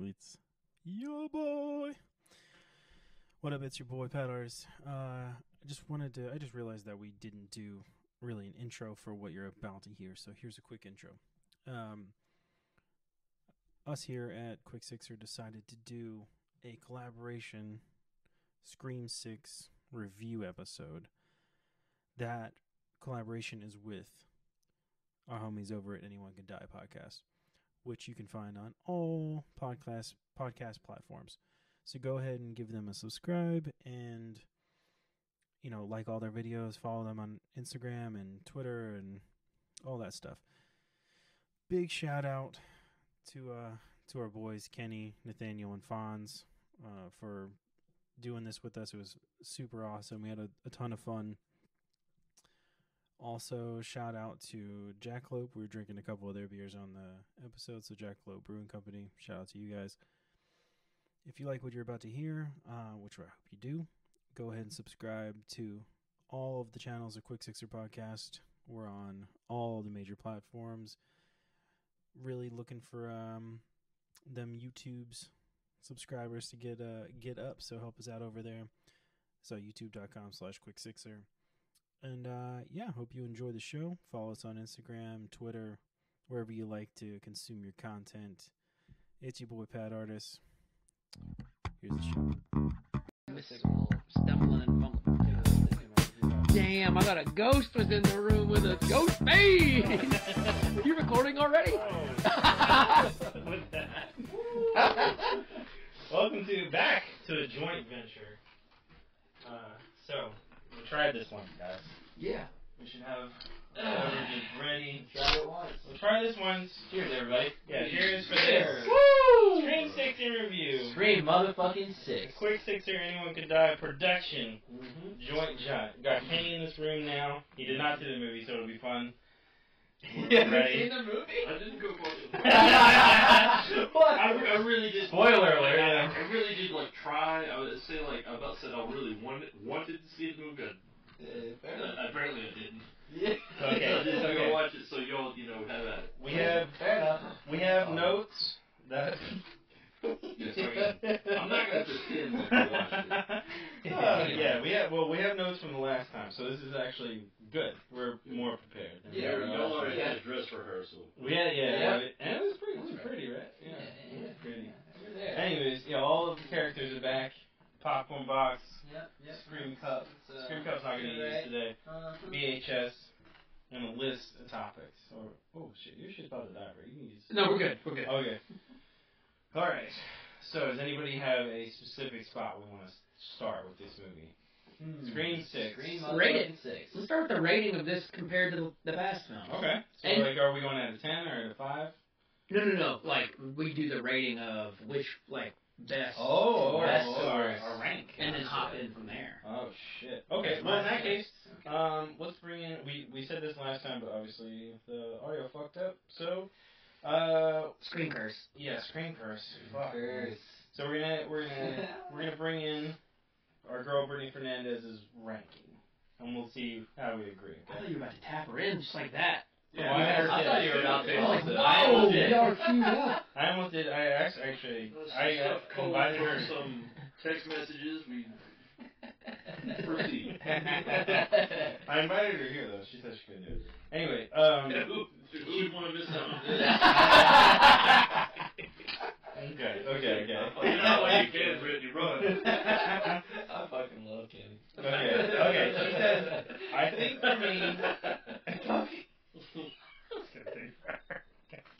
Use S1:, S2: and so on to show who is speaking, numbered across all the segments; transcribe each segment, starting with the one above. S1: It's your boy. What up? It's your boy Peddlers. Uh, I just wanted to. I just realized that we didn't do really an intro for what you're about to hear. So here's a quick intro. Um, us here at Quick Sixer decided to do a collaboration Scream Six review episode. That collaboration is with our homies over at Anyone Can Die podcast which you can find on all podcast podcast platforms. So go ahead and give them a subscribe and you know, like all their videos, follow them on Instagram and Twitter and all that stuff. Big shout out to uh to our boys Kenny, Nathaniel and Fonz uh for doing this with us. It was super awesome. We had a, a ton of fun. Also, shout out to Jack Lope. We were drinking a couple of their beers on the episode, so Jack Lope Brewing Company. Shout out to you guys. If you like what you're about to hear, uh, which I hope you do, go ahead and subscribe to all of the channels of Quick Sixer Podcast. We're on all the major platforms. Really looking for um, them YouTube's subscribers to get uh, get up, so help us out over there. So youtube.com slash quick sixer. And uh, yeah, hope you enjoy the show. Follow us on Instagram, Twitter, wherever you like to consume your content. It's your boy Pat Artist. Here's the show.
S2: stumbling and fumbling. Damn, I thought a ghost was in the room with us. Ghost face! you recording already?
S3: with that. Welcome to back to a joint venture. Uh, so we tried this one, guys.
S2: yeah.
S3: We should have everything ready.
S2: Try it once.
S3: We'll try this once.
S2: Cheers, everybody.
S3: Yeah, cheers for this.
S2: Woo!
S3: Scream six interview.
S2: Scream motherfucking
S3: A
S2: six.
S3: quick sixer, anyone could die. Production
S2: Mm-hmm.
S3: joint shot. Got Kenny in this room now. He did not see the movie, so it'll be fun.
S2: seen the movie?
S4: I didn't Google it.
S2: what?
S4: I, I really did.
S3: Spoiler alert.
S4: I, I really did like try. I would say like I about said I really wanted wanted to see the movie. Good.
S2: Uh, fair enough.
S4: Uh, apparently I didn't.
S2: Yeah.
S4: I
S3: Okay.
S4: didn't
S3: Okay.
S4: go watch it, so y'all you know have at it.
S3: We have
S2: Fair enough.
S3: we have notes that.
S4: Yes, I am. I'm not gonna pretend like I watched it.
S3: Uh, yeah, we have well, we have notes from the last time, so this is actually good. We're more prepared. than we
S4: Yeah,
S3: were
S4: y'all
S3: last
S4: already
S3: time.
S4: had a dress rehearsal.
S3: We had yeah,
S2: Yeah.
S3: yeah. we- and it was pretty, it was pretty, right?
S2: Yeah,
S3: Yeah,
S2: yeah,
S3: it was pretty.
S2: You're there.
S3: Anyways, yeah, all of the characters are back. Popcorn box,
S2: Yep, yep.
S3: Scream cup.
S2: It's, uh,
S3: scream cup's not gonna be used today.
S2: Uh,
S3: VHS and a list of topics. Or oh shit, your shit's about to die. Right? You can use.
S2: no, we're good. We're good.
S3: Okay. All right. So, does anybody have a specific spot we want to start with this movie?
S2: hmm.
S5: Hmm.
S3: Screen six.
S2: Scream
S5: Rate
S2: motherfucking six.
S5: Let's start with the rating of this compared to the, the past film.
S3: Okay. So,
S5: And-
S3: like, are we going out of ten or out of five?
S5: No, no, no. Like we do the rating of which like best,
S3: Oh,
S5: Best
S3: oh, all right. Our rank.
S5: and then hop in from there.
S3: Oh shit. Okay. Well, in that case, um, let's bring in. We we said this last time, but obviously the audio fucked up. So, uh,
S5: Screen curse.
S3: yeah, screen curse. Fuck.
S2: Curse.
S3: So we're gonna we're gonna we're gonna bring in our girl Brittany Fernandez's ranking, and we'll see how we agree.
S5: I
S3: okay?
S5: thought you were about to tap her in just like that.
S3: Yeah, I thought you were about
S5: I
S3: to.
S5: was like,
S3: Oh,
S5: wow, we are
S2: queued up.
S3: I almost did. I actually, actually I uh, invited her.
S4: some text messages. We proceed.
S2: Proceed.
S3: I invited her here though. She said she couldn't do it. Anyway, um,
S4: Who would want to miss out on
S3: okay, okay,
S4: You're not like you can,
S3: okay.
S4: Brittany. Run.
S2: I fucking love Kenny.
S3: Okay, okay, she says, I think for me-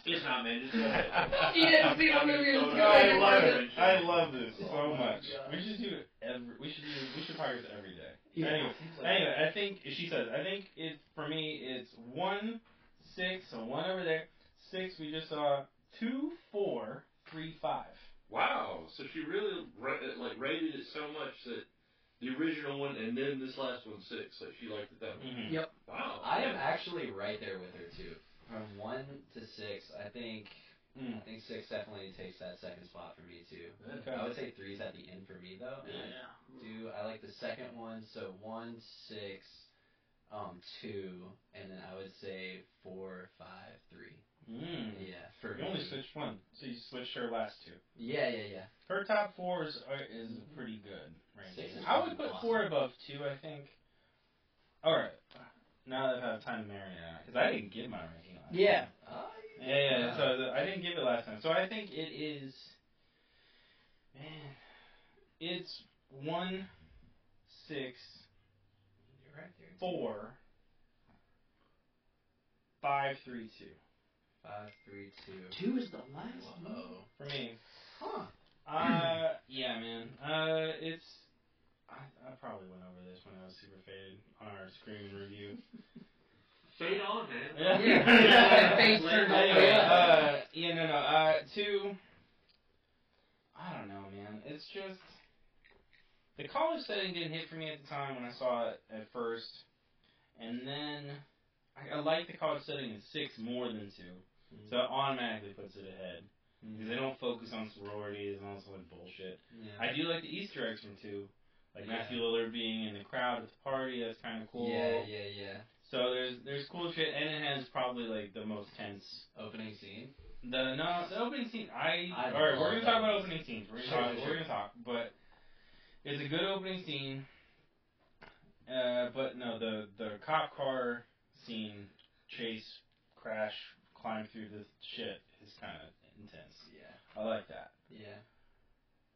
S4: It's not, man. It's
S5: She didn't see the movie, it was good.
S3: I love it. I love this so much. We should do it every. We should do. We should practice every day. Anyway, anyway, I think she says. I think it for me. It's one, six, so one over there. Six. We just saw two, four, three, five.
S4: Wow. So she really ra- like rated it so much that the original one and then this last one six. Like she liked it that much.
S3: Mm-hmm.
S4: Wow.
S2: I am actually right there with her too. From one to six, I think
S3: Mm.
S2: I think six definitely takes that second spot for me too. I would say three's at the end for me though. And I do I like the second one, so one, six, um, two, and then I would say four, five, three.
S3: Mm.
S2: Yeah, for
S3: You only
S2: me.
S3: switched one, so you switched her last two.
S2: Yeah, yeah, yeah.
S3: Her top four is, are, is pretty good. Right
S2: Mm-hmm. Six is
S3: I would put
S2: fucking awesome.
S3: four above two, I think. Alright. Now that I've had time to marinate on it, because I didn't give my ranking last
S5: Yeah.
S3: time.
S2: Oh,
S3: Yeah, yeah, yeah. So the, I didn't give it last time. So I think it is. Man. It's one, six,
S2: You're right there.
S3: four, five, three, two.
S2: Five, three, two.
S5: Two is the last. one.
S2: Whoa.
S3: For me.
S5: Huh.
S3: Uh, yeah, man. Uh, it's. I, I probably went over this when I was super faded on our screen review.
S4: Fade on, man.
S3: Yeah.
S5: Yeah. Face turned
S3: Anyway,
S5: away.
S3: uh, yeah, no, no. Uh, two. I don't know, man. It's just the college setting didn't hit for me at the time when I saw it at first, and then I, I like the college setting in six more than two,
S2: Mm-hmm.
S3: so it automatically puts it ahead because they don't focus on sororities and all this other bullshit.
S2: Yeah.
S3: I do like the Easter eggs from two, like
S2: Yeah.
S3: Matthew Lillard being in the crowd at the party. That's kind of cool.
S2: Yeah, yeah, yeah.
S3: So there's there's cool shit, and it has probably like the most tense.
S2: Opening scene.
S3: The no the opening scene. I,
S2: I
S3: all right. We're gonna
S2: love
S3: talk about
S2: those.
S3: opening scenes. We're gonna
S2: Sure,
S3: talk.
S2: sure.
S3: We're gonna talk. But it's a good opening scene. Uh, but no, the the cop car scene, chase, crash, climb through the shit is kind of intense.
S2: Yeah.
S3: I like that.
S2: Yeah.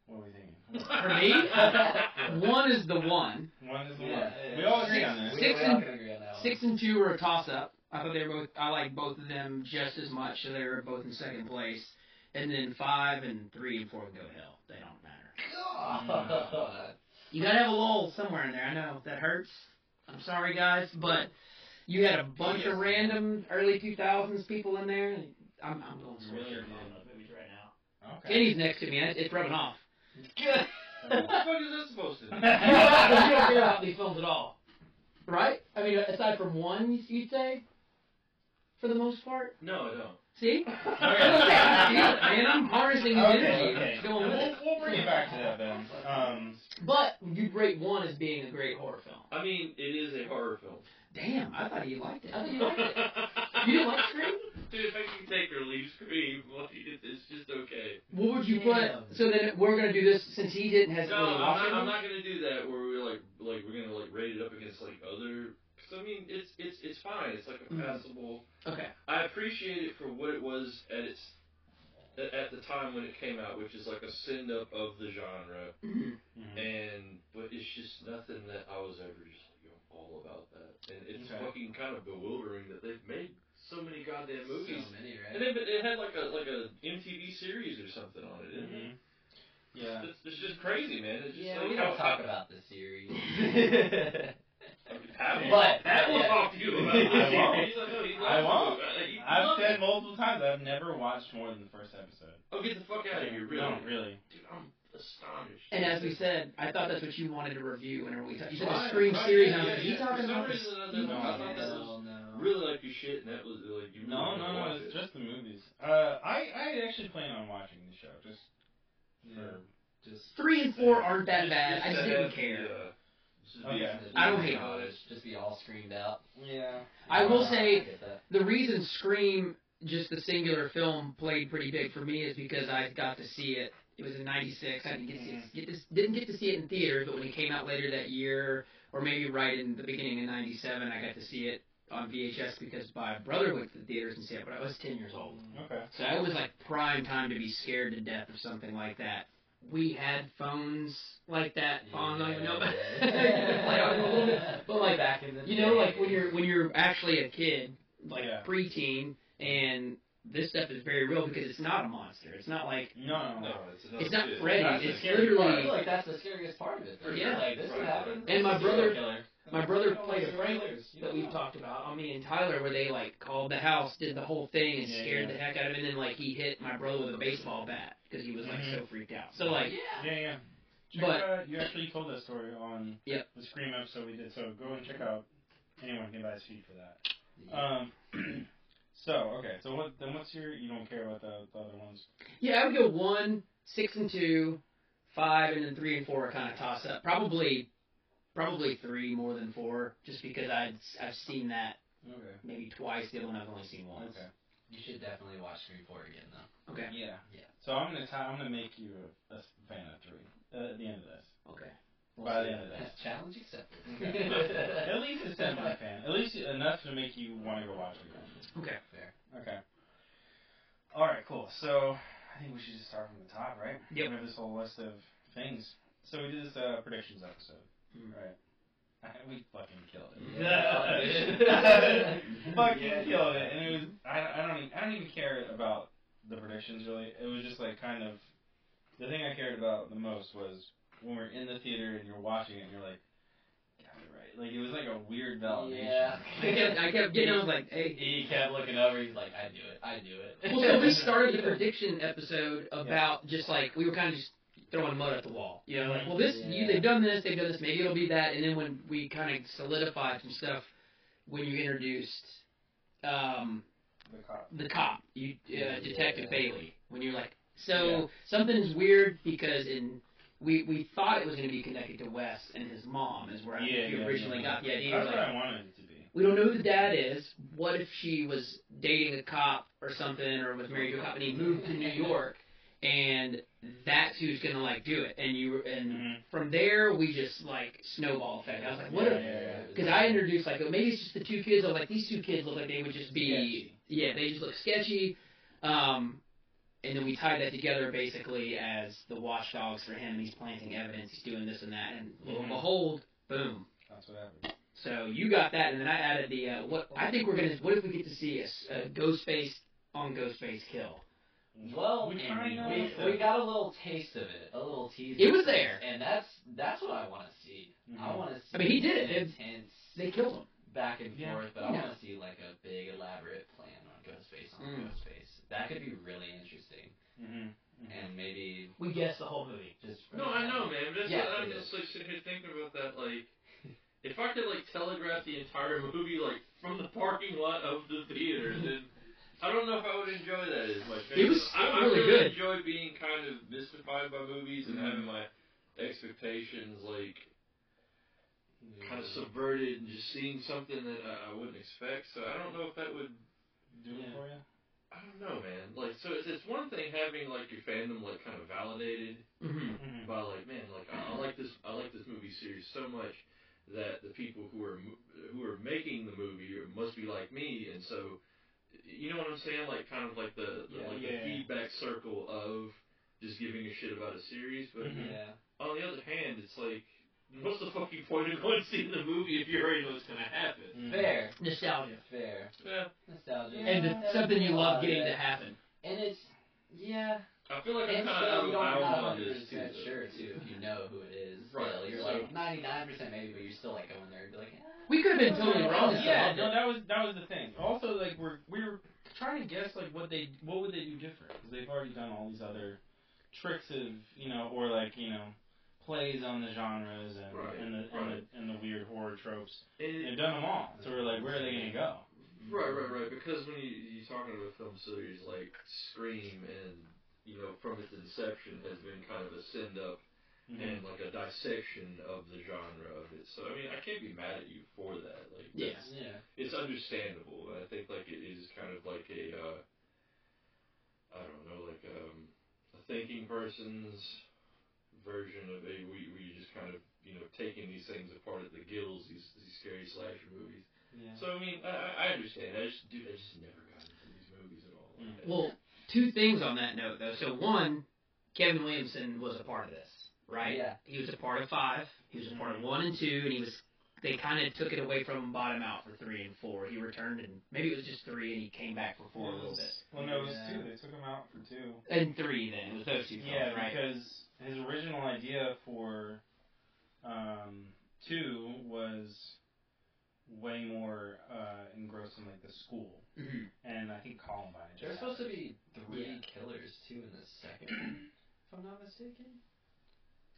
S3: What are we thinking?
S5: For me, one is the one.
S3: One is the
S2: yeah,
S3: one. We all agree
S5: Six-
S3: on that.
S5: this.
S2: We-
S5: six
S2: we all
S5: and-
S2: can agree on that one.
S5: Six and two are a toss up. I thought they were both. I like both of them just as much, so they were both in second place. And then five and three and four go hell. They don't matter.
S2: God.
S5: You gotta have a lull somewhere in there. I know that hurts. I'm sorry, guys, but you had a bunch of random early 2000s people in there. I'm, I'm going
S3: You really
S5: really
S3: did.
S5: on those movies right now.
S3: Okay.
S5: Katie's next to me. and It's rubbing off.
S2: Good.
S4: What the fuck is this supposed to do?
S5: you don't you don't care about these films at all, right? I mean, aside from one, you'd say, for the most part.
S4: No, I don't.
S5: See?
S3: Okay.
S5: and I'm harnessing his energy.
S3: okay.
S5: Just going with
S3: We'll,
S5: it.
S3: we'll bring it back to that then. Um,
S5: But you'd rate one as being a great horror film.
S4: I mean, it is a horror film.
S5: Damn, I thought he liked it. I thought he liked it. You
S4: you
S5: didn't like Scream?
S4: Dude, if I can take or leave Scream, like, it- it's just okay.
S5: What would you
S2: Damn.
S5: put? So then we're gonna do this since he didn't has
S4: No,
S5: really
S4: I'm not,
S5: watched
S4: I'm
S5: it.
S4: not gonna do that where we're like, like we're gonna like rate it up against like other. Cause I mean, it's it's it's fine. It's like a
S5: Mm.
S4: passable.
S5: Okay.
S4: I appreciate it for what it was at its at, at the time when it came out, which is like a send up of the genre.
S5: Mhm.
S2: Mm-hmm.
S4: And but it's just nothing that I was ever just like I'm all about that. And it's
S3: Okay.
S4: fucking kind of bewildering that they've made so many goddamn movies.
S2: So many,
S4: And
S2: right?
S4: then, but it had like a like a MTV series or something on it. didn't it?
S3: Mhm. Yeah.
S4: It's, it's just crazy, man. It's just
S2: Yeah,
S4: like,
S2: we
S4: how-
S2: don't talk about the series.
S4: I mean, Pat will,
S2: But-
S4: Pat will
S2: yeah.
S4: talk to you about it.
S3: I won't.
S4: He's like, no, he
S3: I won't.
S4: loves it. He
S3: I've
S4: loves
S3: said
S4: it.
S3: multiple times I've never watched more than the first episode.
S4: Oh, get the fuck out of here, really?
S3: No, really.
S4: Dude, I'm astonished.
S5: And as we said, I thought that's what you wanted to review whenever we talked. You said the
S4: Right,
S5: Scream
S4: right,
S5: series. and
S4: yeah,
S5: I was
S4: yeah,
S5: like, you
S4: yeah.
S5: talking
S4: For
S5: about
S4: some
S5: this?
S4: reason, I
S5: Steve
S4: thought- I thought
S5: Martin?
S4: that was
S2: Hell no.
S4: Really like your shit, and that was like you. Really
S3: No, no,
S4: wanted to
S3: no.
S4: watch
S3: It's
S4: it.
S3: just the movies. Uh, I, I actually plan on watching the show. Just
S2: Yeah,
S3: for.
S2: just
S5: Three and four aren't that
S4: Just-
S5: bad.
S4: just
S5: I just
S4: to
S5: didn't
S4: have
S5: care.
S4: the, uh, just to be
S3: Okay.
S4: honest.
S5: I don't hate
S4: Yeah.
S2: it. Just be all screamed out.
S3: Yeah.
S5: I will
S2: Uh,
S5: say-
S2: I get that.
S5: The reason Scream, just the singular film, played pretty big for me is because I got to see it. It was in '96. I didn't get to see it, get to, didn't get to see it in theaters, but when it came out later that year, or maybe right in the beginning of '97, I got to see it on VHS because my brother went to the theaters and saw it, but I was 10 years old.
S3: Okay.
S5: So that was like prime time to be scared to death of something like that. We had phones like that. Phones, I don't even know, but like, I was a little bit, but like
S2: back in the
S5: you know,
S2: day.
S5: like when you're when you're actually a kid, like
S3: Yeah.
S5: preteen, and this stuff is very real because it's not a monster. It's not like
S3: No, no, no.
S4: No, it's
S5: it's not
S4: shit.
S5: Freddy.
S3: That's the
S5: It's
S3: scary
S2: Well, I
S5: literally
S2: feel like that's the scariest part of it. though.
S5: Yeah.
S2: Like this
S4: Right.
S2: would happen.
S5: And my
S2: Serial
S5: brother-
S2: killer.
S5: my brother
S2: Oh,
S5: played a
S2: serial
S5: prank
S2: killers. You
S5: that
S2: don't
S5: we've
S2: know.
S5: talked about on me and Tyler, where they like called the house, did the whole thing, and
S3: Yeah,
S5: scared
S3: yeah.
S5: the heck out of him, and then like he hit my brother with a baseball bat because he was like
S3: Mhm.
S5: so freaked out. So like
S2: yeah.
S3: Yeah, yeah. Check
S5: But-
S3: out, you actually told that story on
S5: Yep.
S3: the Scream episode we did, so go and check out. Anyone can buy his feed for that. Um. so okay. So what? Then what's your? You don't care about the, the other ones.
S5: Yeah, I would go one, six and two, five, and then three and four are kind of toss up. Probably, probably three more than four, just because I'd I've seen that
S3: Okay.
S5: maybe twice. The other one I've only seen once.
S3: Okay.
S2: You should definitely watch Scream 4 again, though.
S5: Okay.
S3: Yeah.
S2: Yeah.
S3: So I'm gonna t- I'm gonna make you a, a fan of three uh, at the end of this.
S5: Okay.
S3: By the end of this.
S2: Challenge accepted.
S3: at least a semi fan. At least enough to make you want to go watch it again.
S5: Okay.
S2: Fair.
S3: Okay. All right. Cool. So I think we should just start from the top, right?
S5: Yep.
S3: We have this whole list of things. So we did this uh, predictions episode.
S5: Mm.
S3: Right. We fucking killed it.
S2: Yeah.
S3: fucking killed it, and it was I, I don't even, I don't even care about the predictions really. It was just like kind of the thing I cared about the most was when we're in the theater and you're watching it and you're like, got it right. Like it was like a weird validation.
S2: Yeah.
S5: I kept, I kept getting. I was like, hey.
S2: He kept looking over. He's like, I knew it. I knew it.
S5: Well, so we started the prediction episode about just like we were kind of just throwing mud at the wall. You know, like, well, this you, they've done this, they've done this, maybe it'll be that. And then when we kind of solidified some stuff, when you introduced um,
S3: The cop.
S5: the cop, you uh, Detective
S2: Yeah.
S5: Bailey, when you're like, so
S3: Yeah.
S5: something's weird because in we we thought it was going to be connected to Wes and his mom is where I think
S3: Yeah,
S5: you
S3: yeah,
S5: originally
S3: yeah.
S5: got the idea.
S3: That's
S5: like,
S3: what I wanted it to be.
S5: we don't know who the dad is. What if she was dating a cop or something, or was married to a cop, and he moved to New York, and that's who's gonna like do it. And you and
S3: Mhm.
S5: from there we just like snowball effect. I was like, what
S3: Yeah,
S5: if?
S3: yeah, yeah.
S5: Because I introduced like oh, maybe it's just the two kids. I was like, these two kids look like they would just be yeah, they just look sketchy. Um, and then we tied that together basically as the watchdogs for him. He's planting evidence. He's doing this and that, and lo
S3: Mhm.
S5: and behold, boom.
S3: That's what happened.
S5: So you got that, and then I added the uh, what I think we're gonna. What if we get to see a, s- a ghost face on ghost face kill?
S2: Well,
S3: We
S2: we,
S3: kinda-
S2: we, we got a little taste of it, a little teaser.
S5: It was there.
S2: and that's that's what I want to see.
S3: Mm-hmm.
S2: I want to see.
S5: I mean, he did it.
S2: an Intense
S5: They killed him.
S2: back and
S3: Yeah.
S2: forth, but I
S5: Yeah.
S2: want to see like a big elaborate plan on Ghostface on
S5: Mm.
S2: Ghostface. That could be really interesting,
S3: Mm-hmm.
S2: and maybe
S5: We guessed the whole movie.
S2: just
S4: No, I know, man. That's
S2: Yeah,
S4: what I'm
S2: it
S4: just like sitting here thinking about that. Like, if I could like telegraph the entire movie like from the parking lot of the theater, then I don't know if I would enjoy that as much. man.
S5: It was
S4: I, I
S5: really
S4: really
S5: good. Mm-hmm.
S4: enjoy being kind of mystified by movies and
S3: Mhm.
S4: having my expectations like kind of
S5: Mm-hmm.
S4: subverted and just seeing something that I, I wouldn't expect. So I don't know if that would
S3: Do it
S4: Yeah.
S3: for you.
S4: I don't know, man. Like, so it's, it's one thing having like your fandom like kind of validated
S5: Mm-hmm.
S3: Mhm.
S4: by like, man, like I, I like this, I like this movie series so much that the people who are mo- who are making the movie must be like me, and so you know what I'm saying? Like, kind of like the, the
S3: Yeah.
S4: like
S3: Yeah.
S4: the feedback circle of just giving a shit about a series, but
S3: Mhm.
S2: Yeah.
S4: on the other hand, it's like. What's the fucking point of going and seeing the movie if you already know what's gonna happen?
S3: Mhm.
S2: Fair.
S5: Nostalgia
S2: Fair.
S4: Yeah,
S2: Nostalgia.
S5: Mm-hmm. and
S2: That
S5: it's
S2: would
S5: something
S2: be
S5: you
S2: a
S5: love
S2: lot of
S5: getting
S2: it.
S5: to happen.
S2: And it's yeah.
S4: I feel like I'm
S2: And
S4: kind
S2: still,
S4: of out of
S2: you don't
S4: bounds
S2: have
S4: on this too.
S2: 100 percent
S4: though.
S2: sure too if you know who it is.
S4: Right,
S2: Still, you're
S4: so-
S2: like 99 percent maybe, but you're still like going there and be like, ah.
S5: We could have been totally wrong.
S3: Yeah, no, that was that was the thing. Also, like we're we were trying to guess like what they what would they do different because they've already done all these other tricks of you know or like you know plays on the genres and
S4: Right,
S3: and, the,
S4: right.
S3: and the and the weird horror tropes.
S4: And-
S3: They've done them all, so we're like, where are they gonna go?
S4: Right, right, right. Because when you you talking about a film series like Scream and you know from its inception has been kind of a send up
S3: Mm-hmm.
S4: and like a dissection of the genre of it. So I mean, I can't be mad at you for that. Like,
S5: Yeah.
S4: that's-
S2: Yeah.
S4: it's understandable. And I think like it is kind of like a uh, I don't know, like um, a thinking person's version of a we we just kind of you know taking these things apart at the gills these these scary slasher movies.
S3: Mm-hmm.
S2: Yeah.
S4: So I mean, I- I, I understand. I just, dude, I just never got into these movies at all.
S3: Mm.
S5: Well, two things on that note though. So one, Kevin Williamson was a part of this, right?
S2: Yeah.
S5: He was a part of five. He was a part of one and two, and he was. They kind of took it away from him bottom out for three and four. He returned, and maybe it was just three, and he came back for four a little bit.
S3: Well, no, it was
S2: Yeah.
S3: two. They took them out for two.
S5: And three then. It was those two films,
S3: Yeah,
S5: right?
S3: because his original idea for um, two was way more uh, engrossed in like the school,
S5: Mhm.
S3: and I think Columbine. had
S2: There's
S3: just
S2: supposed to
S3: happened.
S2: be three
S5: Yeah.
S2: killers too in the second one, if I'm not mistaken.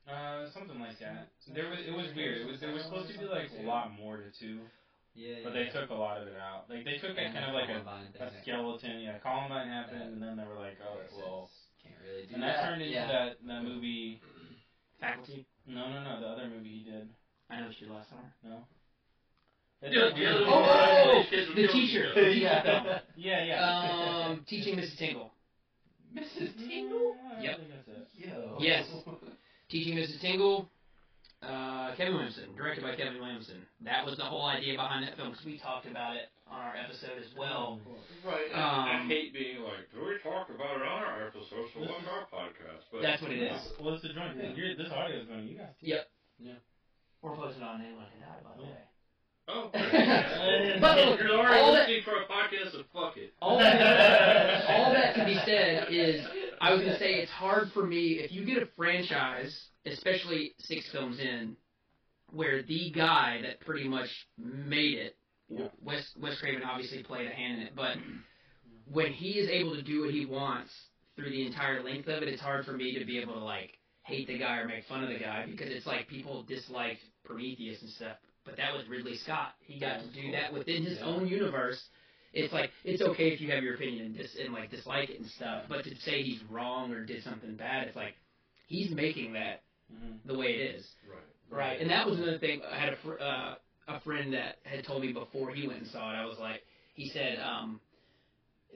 S3: uh, something like that. There was it was weird. It was there was supposed to be like a lot more to two,
S2: Yeah.
S3: but they took a lot of it out. Like they took a, kind of like a, a skeleton. Yeah, Columbine happened, and then they were like, oh well,
S2: Can't really do
S3: and
S2: that.
S3: that turned into
S2: yeah.
S3: that that movie.
S5: Faculty.
S3: No, no, no, the other movie he did.
S5: I know what your last summer.
S3: No. That's
S5: Yeah,
S3: like
S5: yeah.
S3: really-
S5: Oh, oh,
S4: Kids
S5: the
S4: with
S5: teacher.
S4: guilty.
S3: yeah, yeah, yeah.
S5: Um, teaching Mrs. Tingle.
S2: Mrs. Tingle?
S5: Yep.
S2: Yo.
S5: Yes. Teaching Mrs. Tingle. Uh, Kevin Williamson, directed by Kevin Williamson. That was the whole idea behind that film because we talked about it on our episode as well.
S4: Right. and I
S5: Um,
S4: hate being like, do we talk about it on our episode? So what's our podcast? But
S5: That's what it is.
S3: Well, it's the joint thing. You're, this audio is going to you guys.
S5: We're posting on anyone can die by the way.
S4: Oh.
S5: But look,
S4: you're already
S5: all that-
S4: listening for a podcast, so fuck it.
S5: All that, all that to be said is, I was gonna say it's hard for me if you get a franchise, especially six films in, where the guy that pretty much made it,
S3: Yeah.
S5: Wes Wes Craven obviously played a hand in it, but when he is able to do what he wants through the entire length of it, it's hard for me to be able to like hate the guy or make fun of the guy because it's like people disliked Prometheus and stuff, but that was Ridley Scott. He got to do that within his
S3: Yeah.
S5: own universe. It's like it's okay if you have your opinion and dis- and like dislike it and stuff, but to say he's wrong or did something bad, it's like he's making that
S3: Mhm.
S5: the way it is.
S4: Right.
S5: Right, and that was another thing. I had a fr- uh, a friend that had told me before he went and saw it. I was like, he said, um,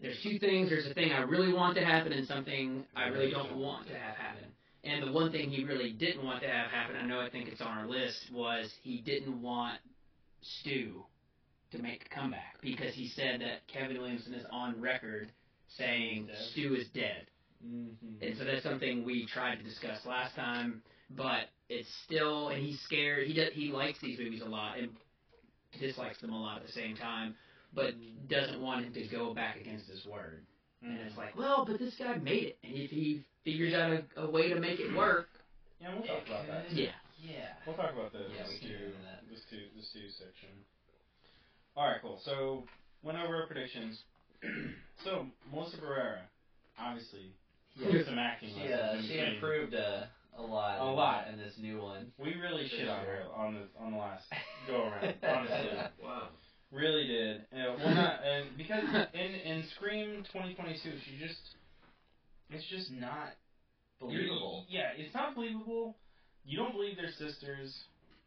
S5: "There's two things. There's a thing I really want to happen, and something I really don't want to have happen." And the one thing he really didn't want to have happen, I know I think it's on our list, was he didn't want Stu to make a comeback because he said that Kevin Williamson is on record saying
S3: Dead.
S5: Stu is dead.
S3: Mhm.
S5: And so that's something we tried to discuss last time, but it's still, and he's scared. He does, he likes these movies a lot and dislikes them a lot at the same time, but doesn't want him to go back against his word.
S3: Mm-hmm.
S5: And it's like, well, but this guy made it, and if he figures out a, a way to make it work,
S3: Yeah, we'll talk about that.
S5: yeah,
S2: Yeah.
S3: We'll talk about this.
S2: Yeah, we can
S3: two,
S2: do that.
S3: This two, this two section. All right, cool. So went over our predictions. so Melissa Barrera, obviously,
S2: Yeah.
S3: some acting
S2: She, uh,
S3: lessons. in
S2: she
S3: between.
S2: improved uh, a lot.
S3: A lot.
S2: in this new one.
S3: We really
S2: For
S3: shit on
S2: sure.
S3: her on the on the last go around. honestly,
S4: Wow.
S3: really did. Uh, well, not, and because in in Scream 2022, she just it's just not
S2: Believable.
S3: Yeah, it's not believable. You don't believe they're sisters.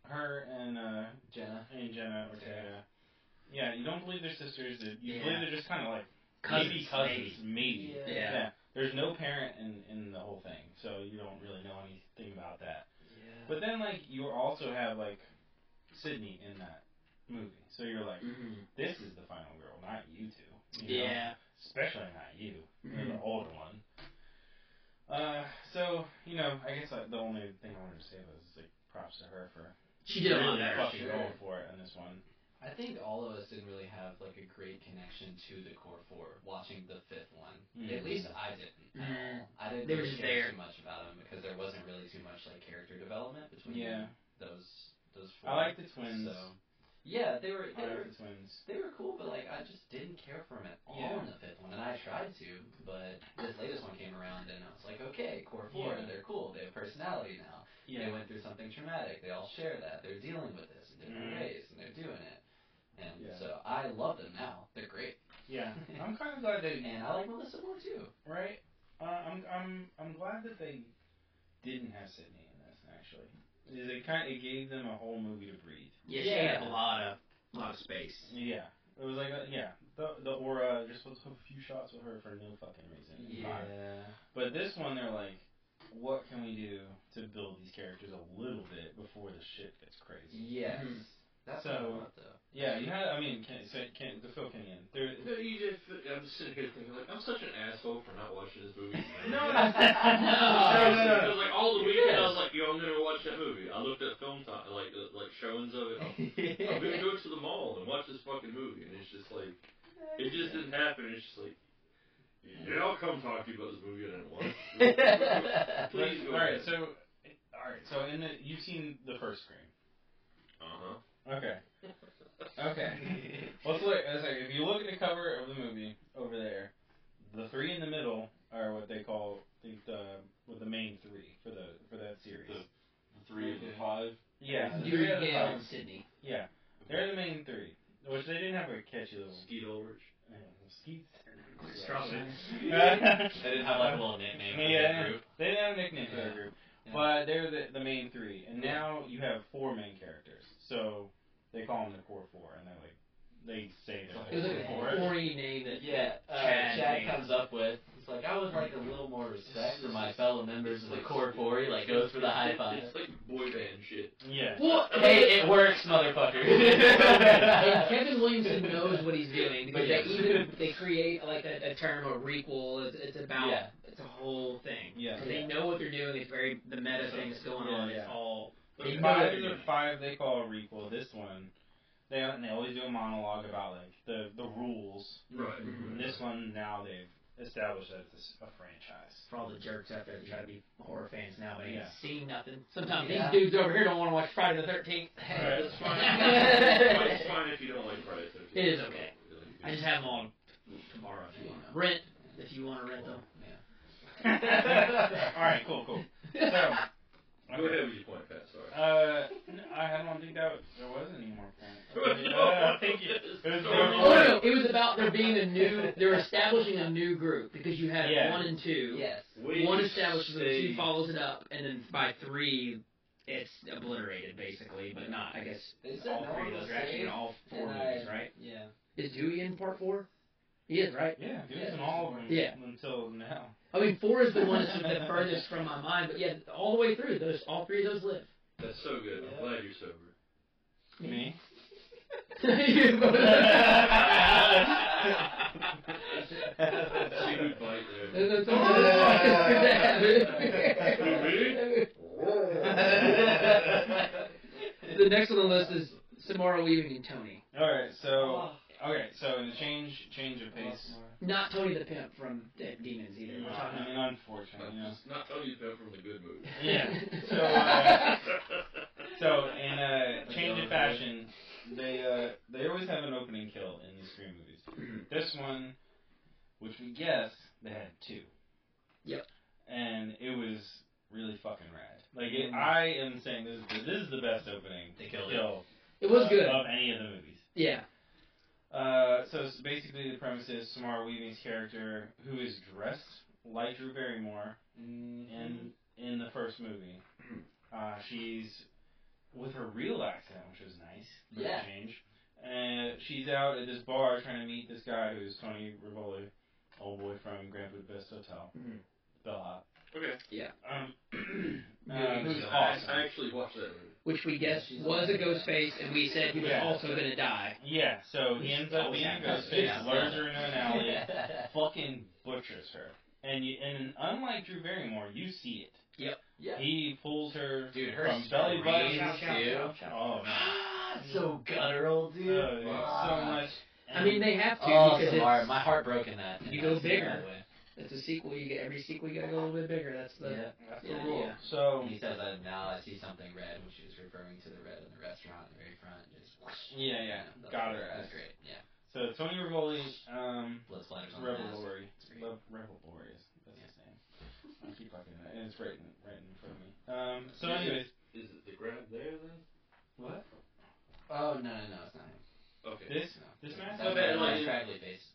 S3: Her and uh,
S2: Jenna.
S3: and Jenna Ortega. Yeah, you don't believe they're sisters. They're, you
S5: Yeah.
S3: believe they're just kind of like
S5: cousins,
S3: maybe cousins,
S5: maybe.
S3: maybe.
S2: Yeah.
S5: Yeah.
S3: There's no parent in in the whole thing, so you don't really know anything about that.
S2: Yeah.
S3: But then like you also have like Sydney in that movie, so you're like,
S5: Mhm.
S3: this is the final girl, not you two. you know?
S5: yeah,
S3: Especially not you. You're
S5: Mhm.
S3: the older one. Uh, so you know, I guess like, the only thing I wanted to say was like props to her for
S5: she did a lot
S3: really
S5: better.
S3: fucking
S2: sure.
S3: going for it in this one.
S2: I think all of us didn't really have like a great connection to the core four watching the fifth one.
S3: Mhm.
S2: At least I didn't. at
S5: Mhm.
S2: all. I didn't
S5: They were
S2: really
S5: just
S2: care
S5: there.
S2: too much about them because there wasn't really too much like character development between
S3: Yeah,
S2: those those four.
S3: I like the twins.
S2: So yeah, they were
S3: I
S2: they were
S3: like the twins.
S2: they were cool, but like I just didn't care for them at all
S3: Yeah.
S2: in the fifth one, and I tried to, but this latest one came around, and I was like, okay, core four,
S3: Yeah.
S2: they're cool, they have personality now. They
S3: Yeah,
S2: went through something traumatic, they all share that, they're dealing with this in different
S3: Mhm.
S2: ways, and they're doing it. And
S3: Yeah.
S2: so I love them now. They're great,
S3: yeah. I'm kind of glad they
S2: and I like Melissa more too.
S3: right. Uh, I'm I'm I'm glad that they didn't have Sydney in this actually. It kind it gave them a whole movie to breathe.
S5: Yeah, she had
S2: Yeah.
S5: a lot of lot of space.
S3: Yeah, it was like a, yeah, the the aura just was a few shots with her for no fucking reason. But this one, they're like, what can we do to build these characters a little bit before the shit gets crazy?
S2: Yes.
S5: Mhm.
S2: That's what I
S3: Mm-hmm. So-
S2: want though.
S3: Yeah, you had I mean, Ken, so Ken, the Phil Kenyon. There,
S4: No, you just, I'm just sitting here thinking, like, I'm such an asshole for not watching this movie.
S3: No,
S4: Seriously,
S3: no, no, no.
S4: Because, like, all the weekend I was like, yo, I'm going to watch that movie. I looked at film time, like, the, like showings of it. I'm, I'm going to go to the mall and watch this fucking movie. And it's just like, it just didn't happen. It's just like, yeah, I'll come talk to you about this movie I didn't watch. Please go
S3: all right,
S4: ahead.
S3: so all right, so in the you've seen the first screen.
S4: Uh-huh.
S3: Okay. Okay. Let's look. Let's look. If you look at the cover of the movie over there, the three in the middle are what they call I think the with the main three for the for that series.
S4: The Three of the five.
S3: Yeah, the
S5: Dude,
S3: three out of the
S5: Gail,
S3: five.
S5: and Sydney.
S3: Yeah, they're the main three, which they didn't have a catchy little
S4: Skeet Ulrich.
S3: uh, skeet.
S5: Strawberry.
S2: They didn't have like a little nickname for
S3: Yeah.
S2: their group.
S3: they didn't have a nickname for their
S2: Yeah.
S3: group,
S2: Yeah.
S3: but they're the, the main three, and now you have four main characters. So They call them the core four, and they're like, they say they're
S5: It was
S3: the
S5: like
S3: core
S5: a
S3: four.
S5: corny name that
S2: Yeah, uh,
S3: Chad
S2: Chad,
S3: Baker.
S2: comes up with. It's like I would like a little more respect for my fellow members of the core four. He like goes for the high five.
S4: It's like boy band shit.
S3: Yeah.
S5: Well,
S2: Hey, it works,
S5: and
S2: motherfucker.
S5: Kevin Williamson knows what he's doing because
S2: Yeah.
S5: they even they create like a, a term a requel. It's, it's about
S2: Yeah.
S5: it's a whole thing.
S3: Yeah.
S5: So They know what they're doing. It's very the meta thing that's going on.
S3: Yeah,
S5: It's
S3: yeah.
S5: all
S3: The
S5: they know what
S3: five,
S5: they're
S3: the
S5: doing.
S3: five they call a requel. This one, they and they always do a monologue about like the the rules.
S4: Right.
S3: And this one now they've established that it's a franchise.
S5: For all the jerks out there that try to be horror fans now, but ain't
S3: Yeah.
S5: seen nothing. Sometimes
S2: Yeah.
S5: these dudes over here don't want to watch Friday the Thirteenth.
S3: Right.
S4: That's fine. it's fine if you don't like Friday the 13th.
S5: It is okay. I just have them on tomorrow if you want to rent if you want to rent them.
S3: All right, cool, cool. So,
S4: Go ahead with your point, Pat. Sorry.
S3: Uh, n- I don't think that there was any more points.
S4: No,
S3: I think it,
S4: it's
S3: it was
S4: so
S3: more-
S5: Oh no, no, it was about there being a new. They're establishing a new group because you had
S3: Yeah.
S5: one and two.
S2: yes.
S4: Way
S5: one
S4: to
S5: establishes it,
S4: say-
S5: two follows it up, and then by three, it's obliterated basically, but not. I guess
S2: They said
S5: all
S2: no
S5: three
S2: one
S5: of
S2: was
S5: those are actually in
S2: saved,
S5: all four
S2: and
S5: movies,
S2: I-
S5: right?
S2: Yeah.
S5: Is Dewey in part four? He is, right?
S3: Yeah, it was in all of them
S5: Yeah.
S3: until now.
S5: I mean, four is the one that's the furthest from my mind, but yeah, all the way through, those all three of those live.
S4: That's so good. I'm glad you're sober.
S3: Me?
S4: See who'd bite there.
S5: That's what I'm- The next on the list is Samara Weaving and Tony.
S3: All right, so okay, so in a change change of pace.
S5: Not Tony the Pimp from De- Demons either. We're talking
S3: I mean, unfortunately, yeah.
S4: Just not tell you that from the good movie.
S3: Yeah. So, uh, so in a
S4: That's
S3: change of
S4: all right.
S3: fashion, they uh, they always have an opening kill in these three movies. this one, which we guess they had two.
S5: Yep.
S3: And it was really fucking rad. Like it,
S5: Mm-hmm.
S2: Mhm.
S3: I am saying this is the, this is the best opening
S2: They killed it.
S3: kill
S5: It was good.
S3: of any of the movies.
S5: Yeah.
S3: Uh, so s- basically, the premise is Samara Weaving's character, who is dressed like Drew Barrymore
S2: Mm-hmm.
S3: in in the first movie, uh, she's with her real accent, which was nice for
S2: Yeah.
S3: a change. And she's out at this bar trying to meet this guy who's Tony Rivoli, old boy from Grandwood Best Hotel,
S2: Mm-hmm.
S5: Mhm.
S3: bellhop.
S4: Okay.
S3: Um,
S5: Yeah,
S3: uh, who's
S4: I,
S3: awesome.
S4: I actually watched that movie.
S5: Which we guessed was a ghost face, and we said he was
S3: Yeah.
S5: also going to die.
S3: yeah, so he ends up being a Ghostface,
S5: Yeah.
S3: lures her into an alley, fucking butchers her. And you, and unlike Drew Barrymore, you see it.
S2: yeah.
S3: He pulls her
S2: Dude, her
S3: from belly button.
S2: screams, too.
S3: Oh, man.
S2: Ah, so guttural, dude. Ah.
S3: Oh, dude, so much.
S5: I mean, they have to
S2: Oh,
S5: because
S2: Samara,
S5: it's,
S2: my heart broke in that.
S5: You go bigger. it's a sequel. You get every sequel, you got to go a little bit bigger. That's the
S2: Yeah.
S3: That's
S5: Yeah,
S3: the rule.
S5: yeah.
S3: So
S2: He says, uh, now I see something red, which is referring to the red in the restaurant in the very front. Just whoosh.
S3: yeah, yeah,
S2: That's
S3: got
S2: great.
S3: it.
S2: That's great. Yeah.
S3: So Tony Rivoli, um,
S2: Blood splatters on the mask.
S3: Revelori,
S2: It's great.
S3: Love Revelori is that's his name. I keep fucking that, and it's right in right in front of me. Um, so
S4: Yeah.
S3: anyways,
S4: Is it the grab there then?
S3: what?
S2: Oh, no, no, no. It's not him.
S4: Okay.
S3: This
S2: No.
S3: this
S2: That's
S3: mask?
S4: So bad,
S2: a
S4: like-
S2: scraggly face.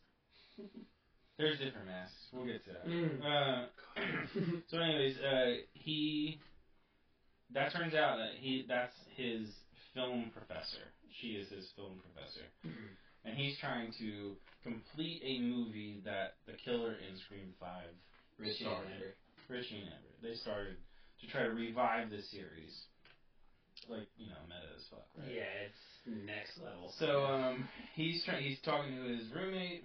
S3: There's different masks. We'll get to that.
S5: Mm.
S3: Uh, so anyways, uh, he that turns out that he that's his film professor. She is his film professor, and he's trying to complete a movie that the killer in Scream Five
S2: Richie
S3: Sorry.
S2: Lambert.
S3: Richie and Everett. They started to try to revive the series. Like, you know, meta as fuck, right?
S5: Yeah, it's next level.
S3: So, um, he's trying he's talking to his roommate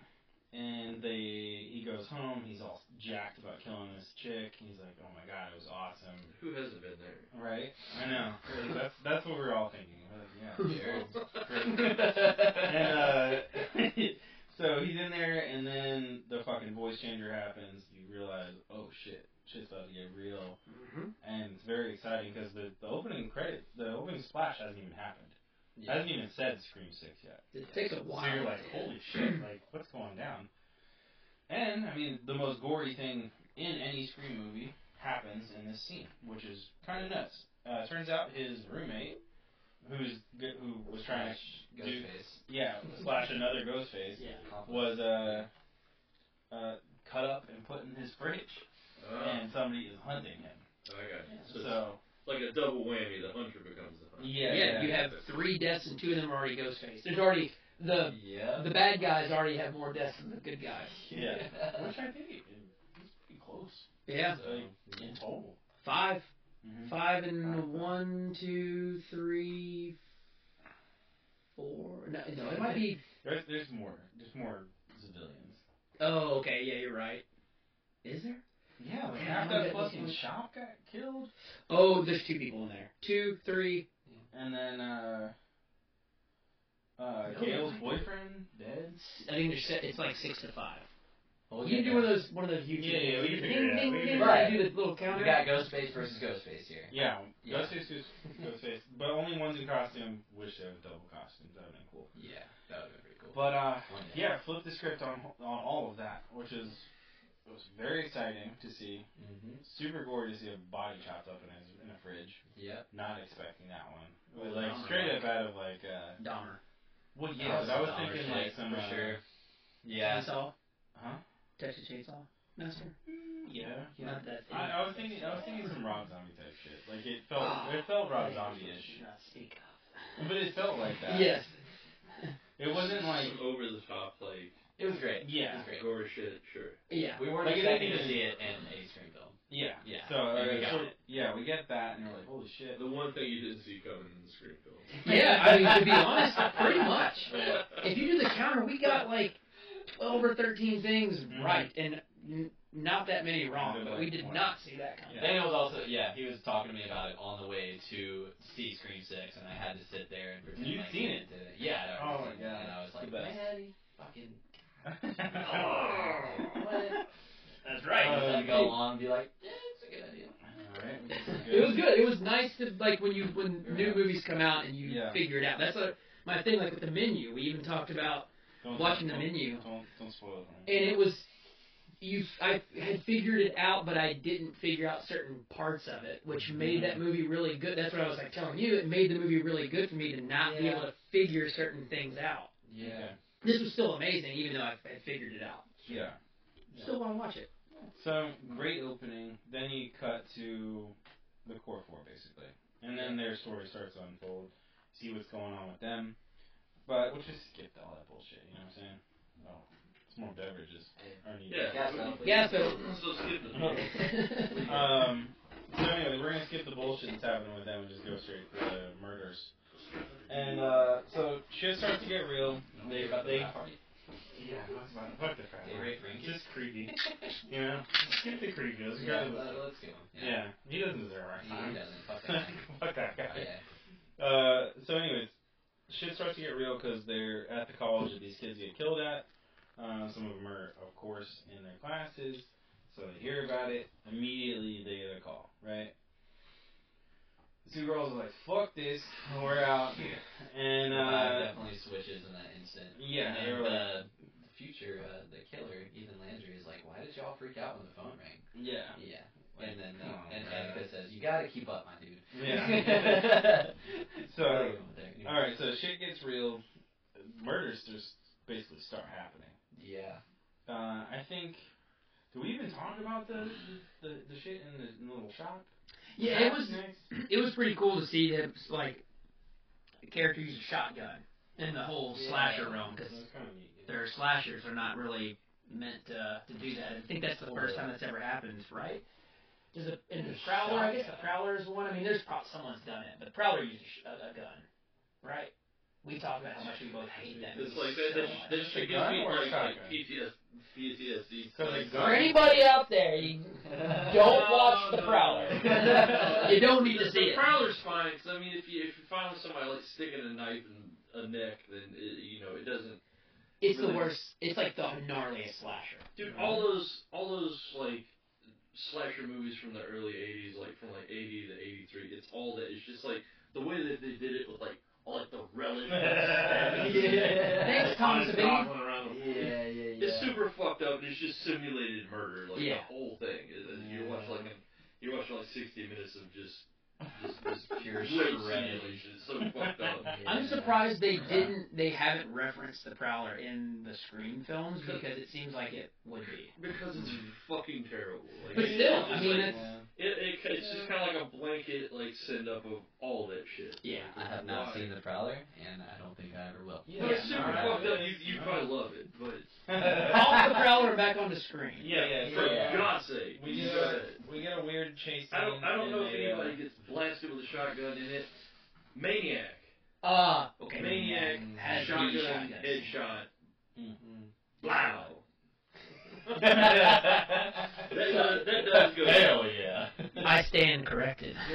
S3: and they he goes home, he's all jacked about killing this chick, he's like, Oh my god, it was awesome.
S4: Who hasn't been there?
S3: Right? I know. Like, that's that's what we're all thinking. We're like, yeah.
S2: Jared.
S3: and uh, so he's in there, and then the fucking voice changer happens. You realize, oh shit, shit's about to get real,
S5: Mhm.
S3: and it's very exciting because the, the opening credit, the opening splash hasn't even happened.
S2: Yeah.
S3: Hasn't even said Scream Six yet.
S5: it takes a while.
S3: So you're like, holy shit, like what's going down? And I mean, the most gory thing in any Scream movie happens in this scene, which is kind of nuts. Uh, turns out his roommate, who's g- who was trying to do
S2: Ghostface.
S3: yeah, slash another ghost face
S5: yeah.
S3: was uh, uh, cut up and put in his fridge,
S4: Uh,
S3: and somebody is hunting him.
S4: I got it. So,
S3: So
S4: like a double whammy. The hunter becomes the hunter.
S5: Yeah,
S3: Yeah.
S5: you have three deaths and two of them are already Ghostface. There's already the
S2: Yeah.
S5: the bad guys already have more deaths than the good guys.
S3: Yeah. Which I think it- it's pretty close.
S5: Yeah,
S3: So, in total.
S5: five,
S3: Mhm.
S5: five and one, two, three, four. No, no, it might be.
S3: There's there's more. There's more civilians.
S5: Oh, okay, yeah, you're right. Is there?
S3: Yeah, like
S5: Yeah,
S3: half
S5: I
S3: that
S5: bet this
S3: fucking
S5: one-
S3: shop got killed.
S5: Oh, there's two people in there. Two, three.
S3: And then uh uh
S5: No,
S3: Gail's
S5: why?
S3: boyfriend dead.
S5: I think there's se- it's like six to five.
S2: Well,
S5: We can do one of those one of those YouTube.
S3: Yeah, yeah,
S5: ding,
S3: we can figure it out.
S5: ding,
S3: We
S5: ding,
S3: can
S2: figure it out.
S5: do this little
S2: We
S5: counter.
S2: got Ghostface versus Ghostface here.
S3: Yeah,
S2: Yeah.
S3: Ghostface is Ghostface. But only one's in costume. Wish they have double costumes, that would have been cool.
S2: Yeah, that would have been pretty cool.
S3: But uh
S2: One day.
S3: yeah, flip the script on on all of that, which is it was very exciting to see.
S2: Mm-hmm.
S3: Super gory to see a body chopped up in a, in a fridge.
S2: Yep.
S3: Not expecting that one. It was
S5: Well,
S3: like
S5: no.
S3: straight up out of like uh
S5: Dahmer.
S3: Well
S2: That
S3: yeah, but I was
S2: a dollar
S3: thinking
S2: shave
S3: like some
S2: for
S3: uh,
S2: sure. Yeah.
S5: Chainsaw.
S3: Huh?
S5: Texas Chainsaw. Master.
S3: Mm, Yeah.
S5: Not that. thing.
S3: I, I was thinking, I was thinking some Rob Zombie type shit. Like it felt,
S5: Ah.
S3: it felt Rob Zombie-ish,
S5: Not speak of.
S3: but it felt like that.
S5: Yes.
S3: It wasn't like
S4: over the top like
S2: It was great.
S3: Yeah.
S2: It was great.
S4: gore shit. Sure.
S5: Yeah.
S2: We weren't
S3: Like, it
S2: expecting
S3: didn't even-
S2: to see it in a screen film.
S3: yeah,
S2: Yeah,
S3: So, uh,
S2: and we got
S3: so-
S2: it.
S3: yeah, we get that, and we're like, holy shit.
S4: The one thing you didn't see coming in the screen film.
S5: Yeah, I mean, to be honest, pretty much.
S3: Yeah.
S5: If you do the counter, we got like 12 or 13 things
S3: Mhm.
S5: right, and n- Mm-hmm. not that many wrong, but we did not see that coming.
S3: Yeah.
S2: Daniel was also yeah he was talking to me about it on the way to see Scream Six and I had to sit there and pretend
S3: You'd
S2: like
S3: seen
S2: he
S3: it?
S2: did it. Yeah. I
S3: Oh my
S2: was-
S3: God.
S2: And I was like,
S3: The best.
S2: man, you fucking
S3: All
S5: That's
S3: Uh,
S2: and then go along and be like, yeah, it's a good idea.
S3: right, this is
S5: It was good. It was nice to like when you when new movies come out and you
S3: Yeah.
S5: figure it out. That's what my thing. Like with the menu, we even talked about
S3: Don't-
S5: watching the
S3: don't-
S5: menu.
S3: Don't don't spoil it. for me.
S5: and it was you I had figured it out but I didn't figure out certain parts of it which made that movie really good that's what I was like telling you it made the movie really good for me to not be
S2: Yeah.
S5: able to figure certain things out
S2: Yeah.
S5: this was still amazing even though I had figured it out
S3: Yeah.
S5: still want to watch it
S3: So great opening. Then you cut to the core four basically, and then their story starts to unfold. See what's going on with them, but we'll just skip all that bullshit. You know what I'm saying? Oh, it's more beverages. Are needed.
S4: Yeah.
S2: Gas pedal, please.
S5: Yeah, so-
S4: So skip the
S3: Oh. Um. So anyway, we're gonna skip the bullshit that's happening with them and just go straight to the murders. And uh, so shit starts to get real. They they yeah. Fuck the crap.
S2: They rape Frankie?
S3: Just creepy. You know, skip the creepiness.
S2: Yeah,
S3: regardless.
S2: let- let's go.
S3: Yeah, he doesn't deserve our
S2: He
S3: time.
S2: doesn't. Fuck that guy.
S3: Fuck that
S2: Oh, Yeah.
S3: guy. Uh, so, anyways, shit starts to get real because they're at the college that these kids get killed at. Uh, some of them are, of course, in their classes, so they hear about it. Immediately, they get a call, right? The two girls are like, fuck this, we're out. And,
S2: The vibe
S3: uh,
S2: definitely switches in that instant.
S3: yeah, they
S2: And
S3: were like,
S2: the future, uh, the killer, Ethan Landry, is like, why did y'all freak out when the phone rang?
S3: yeah.
S2: Yeah. And then uh,
S3: Come on,
S2: and
S3: man.
S2: Annika says, you gotta keep up, my dude.
S3: Yeah. so,
S2: Really going there.
S3: all right, so shit gets real. Murders just basically start happening.
S2: Yeah.
S3: Uh, I think. Do we even talk about the the, the shit in the, in the little shop?
S5: yeah it was
S3: Next?
S5: it was pretty cool to see that like the character use a shotgun in the whole
S2: Yeah.
S5: slasher realm
S3: That's
S5: because
S3: kind of neat.
S5: their slashers are not really meant to, to do that. I think that's the first time that's ever happened, right? Does it in the Prowler? I guess the Prowler is one. I mean, there's probably someone's done it, but Prowler uses a, a gun, right? We talked about how much we both hate that.
S4: It's
S5: movie
S4: like that.
S5: so
S4: That,
S5: much.
S4: that shit gives
S3: Gun
S4: me
S3: or
S4: like, like
S3: shotgun?
S4: PTS, PTSD.
S3: So the
S5: For
S3: gun-
S5: anybody out there, you don't watch the
S4: No, no.
S5: Prowler. you don't need to see it.
S4: the Prowler's fine. 'cause, I mean, if you if you find somebody like sticking a knife in a neck, then it, you know it doesn't.
S5: It's the worst. It's like the gnarliest slasher.
S4: Dude, all those all those like slasher movies from the early '80s, like from like '80 to '83, it's all that. It's just like the way that they did it with like all like the relic.
S2: Yeah.
S5: Thanks, Tom
S4: Goblin
S5: Savini.
S4: around the
S2: Yeah, yeah, yeah.
S4: It's super fucked up. and It's just simulated murder, like
S5: Yeah.
S4: the whole thing. It- it- You watch like an, you watch like sixty minutes of just
S2: Just, just pure
S4: Way
S2: shredded.
S4: simulation, it's so fucked up.
S5: I'm surprised they didn't. They haven't referenced the Prowler in the Scream films because it seems like it would be.
S4: Because it's fucking terrible. Like,
S5: But
S4: it's
S5: still,
S4: just
S5: I mean,
S4: like-
S5: it's-
S4: It, it, it's just kind of like a blanket, like, send up of all that shit.
S5: Yeah,
S4: Like,
S2: I have not
S4: why?
S2: seen The Prowler, and I don't think I ever will.
S3: Yeah.
S4: But it's super
S3: alright.
S4: fucked up. You, you probably love it, but.
S5: All the Prowler back on the screen.
S4: Yeah,
S3: yeah,
S4: for
S3: yeah.
S4: God's sake.
S3: We
S4: you
S3: get
S4: know
S3: a
S4: that.
S3: we get a weird chase.
S4: I don't, I don't
S3: in
S4: know if
S3: a, uh,
S4: anybody gets blasted with a shotgun in it. Maniac.
S5: Ah, uh, okay.
S4: Maniac,
S5: Has
S4: shotgun,
S5: two shotguns.
S4: headshot.
S3: uh,
S2: Mhm.
S4: Wow.
S3: mm-hmm. that,
S4: does- that does go.
S3: Hell yeah.
S5: I stand corrected.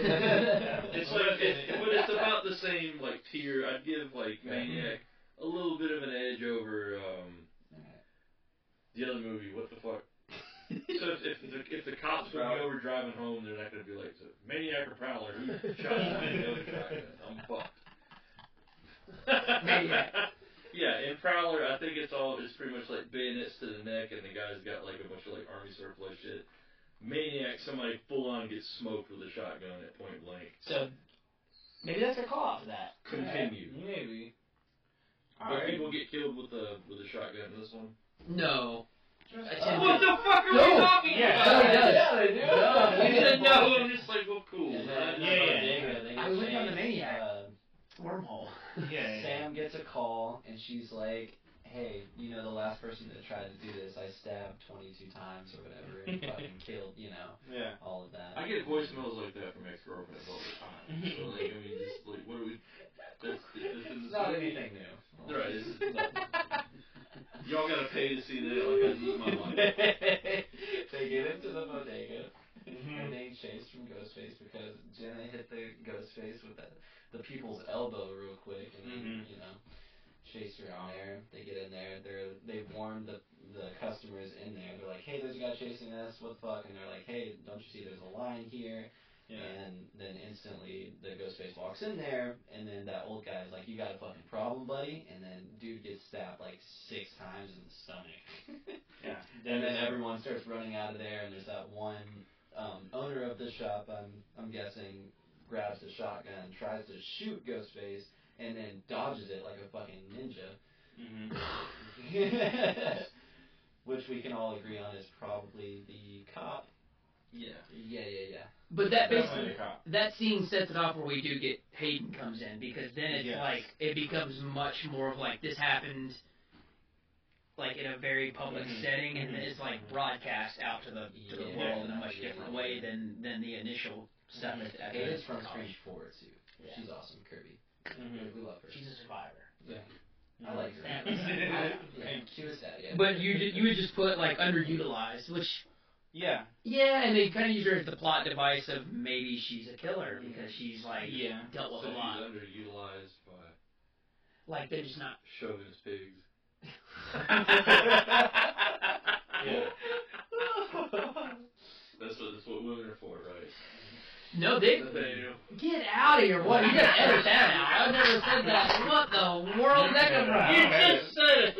S4: It's like,
S3: uh,
S4: it, but it's about the same like tier. I'd give like Maniac a little bit of an edge over um, the other movie. What the fuck? so if, if the if the cops would be over driving home, they're not gonna be like "So, Maniac or Prowler. Shotgun, shotgun, shotgun. I'm fucked.
S5: Maniac.
S4: Yeah, in Prowler, I think it's all it's pretty much like bayonets to the neck, and the guy's got like a bunch of like army surplus shit. Maniac, somebody full on gets smoked with a shotgun at point blank.
S5: So maybe that's their call off of that.
S4: Continue.
S3: Maybe.
S4: But people get killed with a with a shotgun in this one.
S5: No.
S3: Uh,
S5: What
S4: the fuck
S5: are we No.
S4: talking
S3: Yeah.
S5: about? No, he does.
S3: Yeah, they do.
S2: No, he
S4: didn't
S2: didn't
S4: know.
S2: know.
S4: I'm just like, well, cool.
S2: And
S4: man.
S2: then-
S3: Yeah, yeah.
S2: they go- they go
S5: I was looking on the
S2: chase,
S5: Maniac.
S2: uh,
S5: Wormhole.
S3: Yeah, yeah, yeah.
S2: Sam gets a call and she's like, "Hey, you know the last person that tried to do this, I stabbed 22 times or whatever, and fucking killed, you know,
S3: Yeah.
S2: all of that."
S4: I get voicemails like that from ex-girlfriends all the time. So like, I mean, just like, what are we? That's, that's,
S2: It's not anything new.
S4: Right, this is Y'all gotta pay to see that. Like, I lose my mind.
S2: they get into the bodega and
S4: Mm-hmm.
S3: Mhm.
S2: they chase from Ghostface because Jenna hit the Ghostface with the, the people's elbow real quick and
S4: Mm-hmm.
S3: Mhm.
S2: you know chase around there. They get in there. They're they warn the the customers in there. They're like, hey, there's a guy chasing us. What the fuck? And they're like, hey, don't you see there's a line here?
S3: Yeah.
S2: And then instantly the Ghostface walks in there, and then that old guy's like, you got a fucking problem, buddy. And then dude gets stabbed like six times in the stomach.
S3: Yeah.
S2: And then everyone starts running out of there, and there's that one um, owner of the shop, I'm, I'm guessing, grabs the shotgun, tries to shoot Ghostface, and then dodges it like a fucking
S3: Mhm.
S2: ninja. Which we can all agree on is probably the cop.
S4: Yeah.
S2: Yeah, yeah, yeah.
S5: But that
S3: Definitely
S5: basically
S3: the cop.
S5: that scene sets it off where we do get Hayden comes in because then it's
S3: Yes.
S5: like it becomes much more of like this happened like in a very public
S3: Mhm.
S5: setting and
S3: Mhm.
S5: it's like broadcast out to the to the
S2: Mm-hmm. Yeah.
S5: world in a
S2: Yeah.
S5: much different way than than the initial stuff at, at
S2: Mm-hmm. It
S5: the
S2: is from
S5: college.
S2: Scream 4, too. She's awesome, Kirby.
S3: Mhm.
S2: We love her.
S5: She's a survivor.
S2: I like her.
S5: Yeah.
S2: yeah, she was that, yeah.
S5: But you ju- you would just put like underutilized, which
S3: Yeah.
S5: yeah, and they kind of use her as the plot device of maybe she's a killer because she's like
S3: Yeah.
S5: dealt with
S4: so
S5: a lot.
S4: he's underutilized by
S5: Like they're just not.
S4: chauvinist pigs.
S3: Yeah.
S4: That's what, that's what women are for, right?
S5: no, they Get out of here! What? You gotta edit that out. I've never said that. What the world? That come
S3: You
S5: from?
S3: just
S4: said it.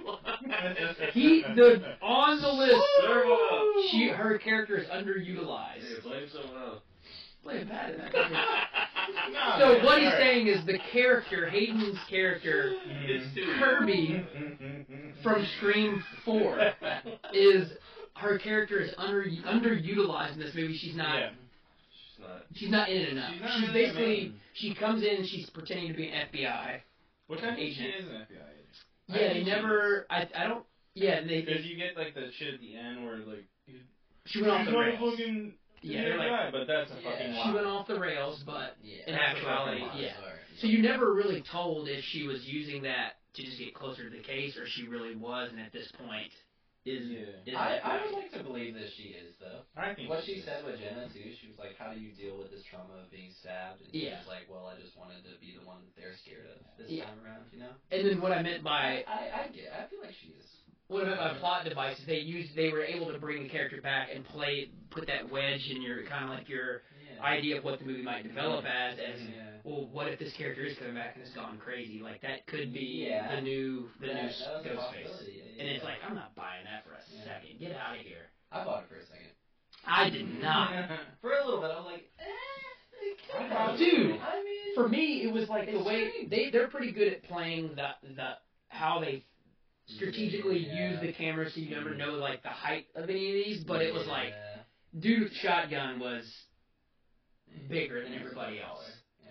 S4: Underutilized.
S5: He the on the list.
S4: Serve 'em up.
S5: She her character is underutilized.
S4: Hey, blame someone else.
S5: Play a bad in that conversation.
S3: Nah,
S5: So
S3: man,
S5: what he's
S3: alright.
S5: saying is the character Hayden's character
S4: It's too
S5: Kirby from Scream Four is her character is under underutilized in this movie. She's not.
S3: Yeah.
S4: She's not.
S5: She's not in it enough.
S3: She's not
S5: She's
S3: really
S5: basically
S3: main.
S5: she comes in and she's pretending to be an FBI.
S3: Which I think she
S5: agent.
S3: is an FBI agent. I
S5: Yeah, they
S3: think she
S5: never. I I don't. Yeah, and they,
S3: Because you get like the shit at the end where like
S5: she went off
S3: she's
S5: the
S3: not a
S5: rails.
S3: fucking
S5: Yeah, they're like,
S3: guy, but that's a
S2: Yeah,
S3: fucking
S5: she
S3: lie.
S5: went off the rails, but
S2: yeah.
S5: in actuality, yeah. so you never really told if she was using that to just get closer to the case or she really was, and at this point is.
S3: Yeah.
S5: is
S2: I, I would like to believe that she is, though.
S3: I think
S2: What
S3: she
S2: she
S3: is.
S2: said with Jenna too, she was like, "How do you deal with this trauma of being stabbed?" And she
S5: Yeah.
S2: was like, "Well, I just wanted to be the one that they're scared of this
S5: Yeah.
S2: time around, you know."
S5: and then what I meant by
S2: I I get. I feel like she is.
S5: what I meant by plot device is they used they were able to bring the character back and play put that wedge in your kind of like your
S2: Yeah.
S5: idea of what the movie might develop
S2: Mm-hmm.
S5: as as
S2: yeah.
S5: well, what if this character is coming back and has gone crazy? Like that could be
S2: Yeah.
S5: the new the
S2: That-
S5: new
S2: that was a
S5: Ghostface.
S2: possibility, yeah,
S5: And it's
S2: yeah.
S5: like I'm not buying that for a
S2: Yeah.
S5: second. Get out of here.
S2: I bought it for a second.
S5: I did not.
S2: For a little bit, I was like, eh, it
S5: dude,
S2: I mean,
S5: for me, it was like the
S2: It's
S5: way
S2: strange.
S5: they they're pretty good at playing the the how they strategically
S2: Yeah. Mm-hmm.
S5: use the camera so you never know like the height of any of these. But it was like,
S2: Yeah.
S5: dude, with the shotgun was bigger than everybody else.
S2: Yeah.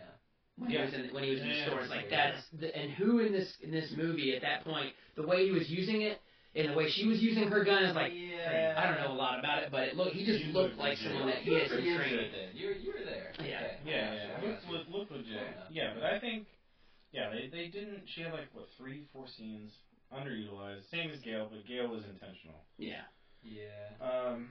S5: When
S3: Yeah.
S5: he was in when he was in the
S3: Yeah,
S5: store, it's like
S3: yeah.
S5: that's the, and who in this in this movie at that point, the way he was using it and the way she was using her gun is like.
S2: yeah.
S5: I don't know a lot about it, but it look he just
S3: You
S5: looked
S3: look
S5: like
S3: legit.
S5: someone that he had some
S2: You were
S5: training.
S2: there. You were, you were there.
S5: Yeah.
S2: Okay.
S3: Yeah,
S2: I
S3: yeah.
S2: got
S3: Looks,
S2: you.
S3: look, look legit.
S2: Yeah.
S3: Yeah, but I think, yeah, they, they didn't. She had like what three, four scenes underutilized. Same as Gale, but Gale was intentional.
S5: Yeah.
S2: Yeah.
S3: Um,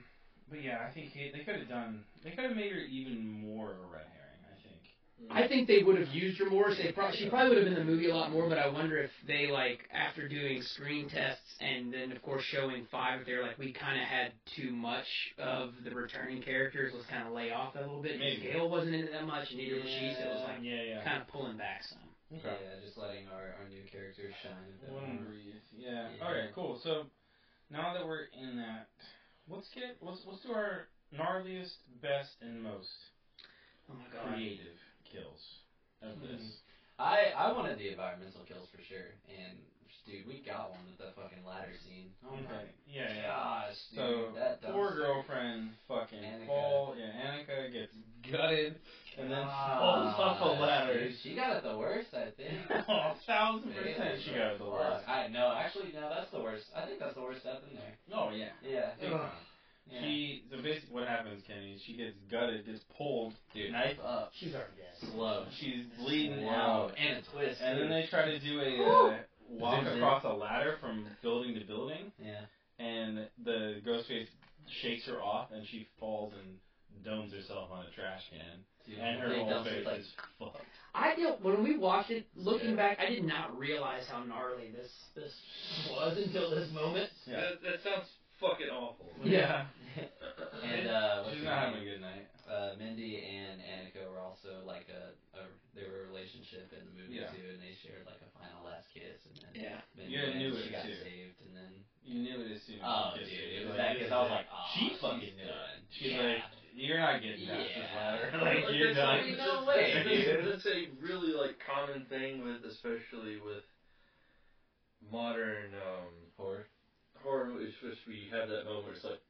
S3: but yeah, I think he, they could have done. They could have made her even more of a red herring. I think.
S5: I think they would have used her more. They pro- she probably would have been in the movie a lot more, but I wonder if they like after doing screen tests and then of course showing five, they're like we kind of had too much of the returning characters. Let's kind of lay off that a little bit.
S3: Maybe.
S5: Gail wasn't in it that much, and neither was she, so it was like
S3: Yeah, yeah.
S5: kind of pulling back some.
S3: Okay.
S2: Yeah, just letting our, our new characters shine. a bit
S3: Let 'em
S2: more.
S3: breathe. Yeah.
S2: Yeah.
S3: Okay. Cool. So now that we're in that, let's get let's let's do our gnarliest, best, and most
S5: Oh my god.
S3: creative kills of this.
S2: I I wanted the environmental kills for sure, and dude, we got one with the fucking ladder scene. Oh
S3: Mm-hmm. Okay.
S2: my
S3: Yeah. yeah.
S2: gosh, dude,
S3: So
S2: that dumb
S3: poor girlfriend fucking
S2: Annika.
S3: fall. Yeah, Annika gets gutted and then falls off
S2: Ah,
S3: a ladder.
S2: dude, she got it the worst, I think.
S3: oh, a thousand
S2: Man,
S3: percent she got it the
S2: fuck.
S3: worst.
S2: I no, actually no, that's the worst. I think that's the worst death in there.
S3: Oh yeah.
S2: Yeah. big
S5: Ugh.
S2: time. yeah.
S3: She so basically what happens, Kenny? is She gets gutted, gets pulled,
S2: dude,
S3: knife
S2: up,
S5: She's already dead.
S2: slow,
S3: she's bleeding
S2: slow.
S3: out,
S2: and a twist.
S3: and
S2: too.
S3: then they try to do a uh, walk
S2: Zip, zip.
S3: across a ladder from building to building,
S2: yeah.
S3: and the ghost face shakes her off, and she falls and domes herself on a trash can,
S2: Dude,
S3: and her
S2: they
S3: whole
S2: dump
S3: face
S2: it, like,
S3: is fucked.
S5: I did when we watched it. Looking
S2: Yeah.
S5: back, I did not realize how gnarly this this was until this moment.
S3: Yeah.
S4: That, that sounds fucking awful.
S5: Yeah.
S2: and uh, what's
S3: She's
S2: her
S3: not
S2: name?
S3: having a good night.
S2: uh, Mindy and Annika were also like a, a they were a relationship in the movie
S3: Yeah.
S2: too, and they shared like a final last kiss, and then
S5: Yeah.
S2: Mindy
S3: Yeah, I knew
S2: she
S3: it,
S2: got
S3: too.
S2: saved, and then
S3: You knew it as soon as
S2: oh
S3: you
S2: dude,
S3: kissed her.
S2: it
S3: You're
S2: was that
S3: this
S2: kiss.
S3: is
S2: I was
S3: it.
S2: like, oh,
S3: she fucking
S2: she's
S3: knew
S2: done.
S3: She's
S2: yeah.
S3: like, you're not getting past this
S2: Yeah.
S3: ladder.
S2: Like,
S3: like, you're
S4: that's
S3: done.
S4: something
S2: No
S4: that's-
S2: way,
S4: that's-
S2: dude.
S4: That's a really like common thing with, especially with modern um,
S2: Horror.
S4: horror movies, which we have that moment. Where it's like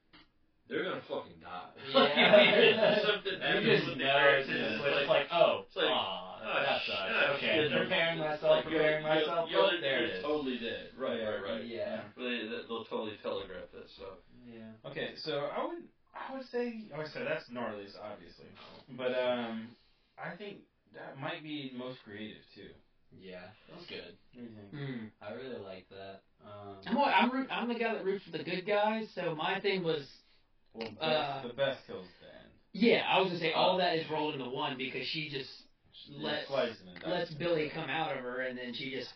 S4: they're gonna fucking die.
S2: Yeah.
S4: Something happens
S2: you just
S4: with the
S2: know it's
S4: characters,
S2: just
S4: it's
S2: like,
S4: like-
S2: oh,
S4: it's like,
S2: aw,
S4: oh,
S2: that
S4: shit,
S2: sucks.
S4: oh,
S2: okay,
S4: shit.
S2: preparing myself,
S4: Like, you're-
S2: preparing myself.
S4: you're-
S2: oh,
S4: you're
S2: there it is.
S4: Totally dead. Right, right, right.
S2: Yeah.
S4: They, they'll totally telegraph this. So
S2: Yeah.
S3: Okay, so I would I would say like I said that's gnarliest, obviously, but um, I think that might be most creative too.
S2: Yeah. That was good.
S3: What do you think?
S5: Mm.
S2: I really liked that. Um,
S5: I'm, what, I'm, root, I'm the guy that roots for the good guys, so my thing was,
S3: Well, best,
S5: Uh,
S3: the best kills then.
S5: yeah, I was gonna say all that is rolled into one because she just Let's- lets
S3: let's
S5: Billy come out of her and then she just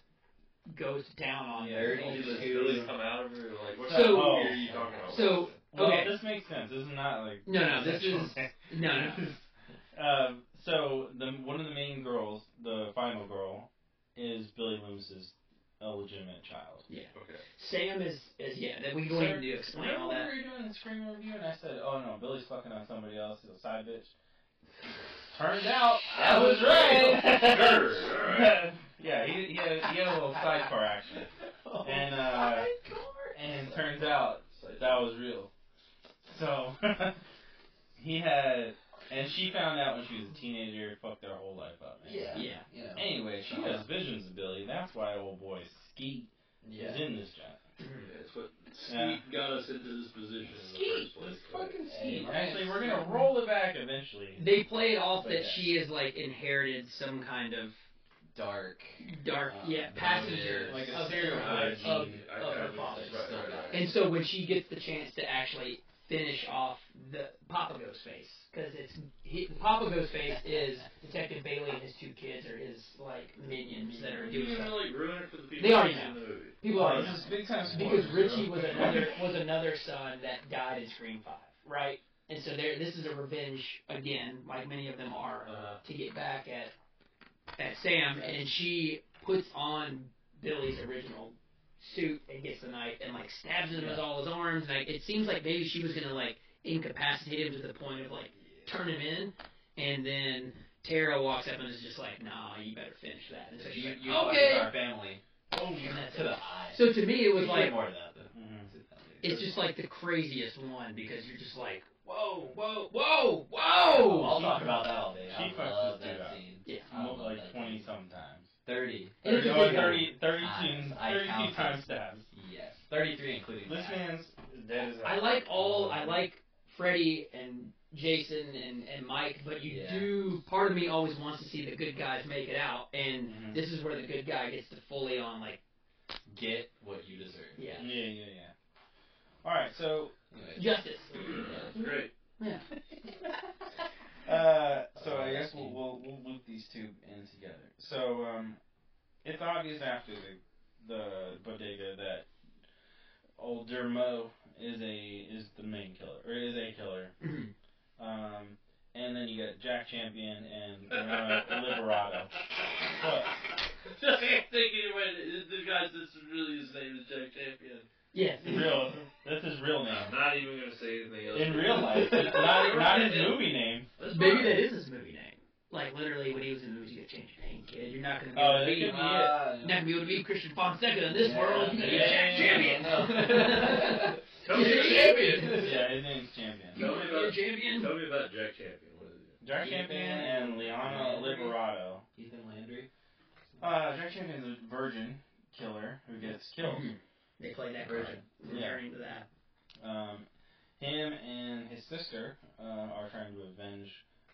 S5: goes to town on
S3: Yeah,
S5: her.
S3: Dirty
S4: Did this
S2: two.
S4: really come out of her? Like, what
S5: So-
S4: kind of movie are you talking about?
S5: So
S3: Oh. Well,
S5: Okay.
S3: this makes sense. This is not like
S5: No, no, this is- no, no,
S3: um, so the one of the main girls, the final girl, is Billy Loomis's illegitimate child.
S4: okay.
S5: Sam is is yeah. That we don't
S3: Sir,
S5: even need to explain all
S3: Remember
S5: that.
S3: when we were doing the screen review and I said, "Oh no, Billy's fucking on somebody else. He's a side bitch." Turned out I
S2: That
S3: was
S2: was
S3: right.
S4: Sure, all right.
S3: yeah, he, he, had, a- he had a little sidecar action, and uh, and turns out that that was real. So he had, and she found out when she was a teenager. Fucked their whole life up. man.
S2: yeah.
S5: Yeah.
S2: You know.
S3: Anyway, she has visions of Billy. That's why old boy Skeet
S2: Yeah.
S3: is in this job.
S4: Yeah, it's what Skeet
S3: Yeah.
S4: got us into this position in the first place. right?
S2: Skeet.
S3: Actually, we're gonna roll it back eventually.
S5: They play it off
S3: But
S5: that
S3: yeah.
S5: she is like inherited some kind of
S2: dark.
S5: dark
S2: Uh,
S5: yeah
S2: motive,
S5: passenger
S3: like a
S5: of
S3: serial
S5: her,
S3: killer.
S5: of,
S4: I- I-
S5: of
S4: I
S5: her
S4: was-
S5: father's.
S4: right, right, right.
S5: And so when she gets the chance to actually finish off the Papa Ghostface, because it's he, Papa Ghostface is Detective Bailey and his two kids are his like minions that are
S4: You
S5: doing
S4: didn't
S5: stuff.
S4: really ruin it for the people
S5: They already
S4: who've seen
S5: know.
S4: the movie.
S5: People already know
S3: this is big time
S5: because
S3: spoilers,
S5: Richie
S3: yo.
S5: was another was another son that died in Scream Five, right? And so there, this is a revenge again, like many of them are,
S4: Uh,
S5: to get back at at Sam, and she puts on Billy's original suit and gets the knife and like stabs him with all his arms. Like it seems like maybe she was gonna like incapacitate him to the point of like turn him in, and then Tara walks up and is just like, "Nah, you better finish that." And so she's
S2: you,
S5: like,
S2: you
S5: "Okay."
S2: fucked our family.
S3: Oh,
S2: And that to the eye.
S5: So to me, it
S2: We
S5: was
S2: should
S5: like
S2: get more of that. Though.
S3: Mhm.
S5: it's just like the craziest one because you're just like, "Whoa, whoa, whoa, whoa!"
S2: I'll talk about that all day.
S3: She
S2: I
S3: fucks
S2: love
S3: this dude
S2: that
S3: up.
S2: scene.
S5: Yeah.
S2: I love
S3: like
S2: that
S3: 20
S2: scene.
S3: sometimes.
S2: Thirty.
S5: And it's
S3: Thirty-
S5: a
S3: oh,
S5: big
S3: 30 32
S2: Times. I
S3: 32
S2: counted.
S3: times stabs.
S2: Yes. Thirty-three, including
S3: This
S2: that.
S3: man's dead as hell.
S5: I like all. I like Freddy and Jason and and Mike, but you
S2: Yeah.
S5: do. Part of me always wants to see the good guys make it out, and
S3: Mhm.
S5: this is where the good guy gets to fully on like,
S2: Get what you deserve.
S5: yeah,
S3: Yeah, yeah, yeah. Alright, so
S2: Anyway.
S5: justice.
S4: That's great.
S5: Yeah.
S3: Uh, so I guess we'll, we'll we'll loop these two in together. So um, it's obvious after the the bodega that old Dermo is a is the main killer or is a killer. Um, and then you got Jack Champion and uh, Liberato. What?
S4: Just thinking about it, the guy's this really his name is Jack Champion.
S5: yes.
S3: Real. That's his real
S4: I'm
S3: name.
S4: not even gonna say anything else.
S3: In real life, not not his movie name.
S4: That's
S5: Maybe
S4: fine.
S5: that is his movie name. Like literally, when he was in the movie, you change your name, kid. You're not gonna be
S3: Oh,
S5: able to
S3: that
S5: be.
S3: could
S5: You're
S3: be
S2: Ah,
S5: not gonna be able to be Christian Fonseca in this
S2: yeah,
S5: world. You're gonna be
S2: yeah,
S5: Jack Champion.
S2: yeah.
S4: Tell me about Champion.
S3: Yeah, his name's Champion.
S5: You wanna be a champion?
S4: Tell me about Jack Champion. What is it?
S3: Jack Champion and Liana Liberato.
S2: Ethan Landry.
S3: Uh, Jack Champion's a virgin killer who gets killed.
S5: They play that version.
S2: Version.
S3: Mm-hmm. Yeah.
S5: Referring to that.
S3: Um, him and his sister uh, are trying to avenge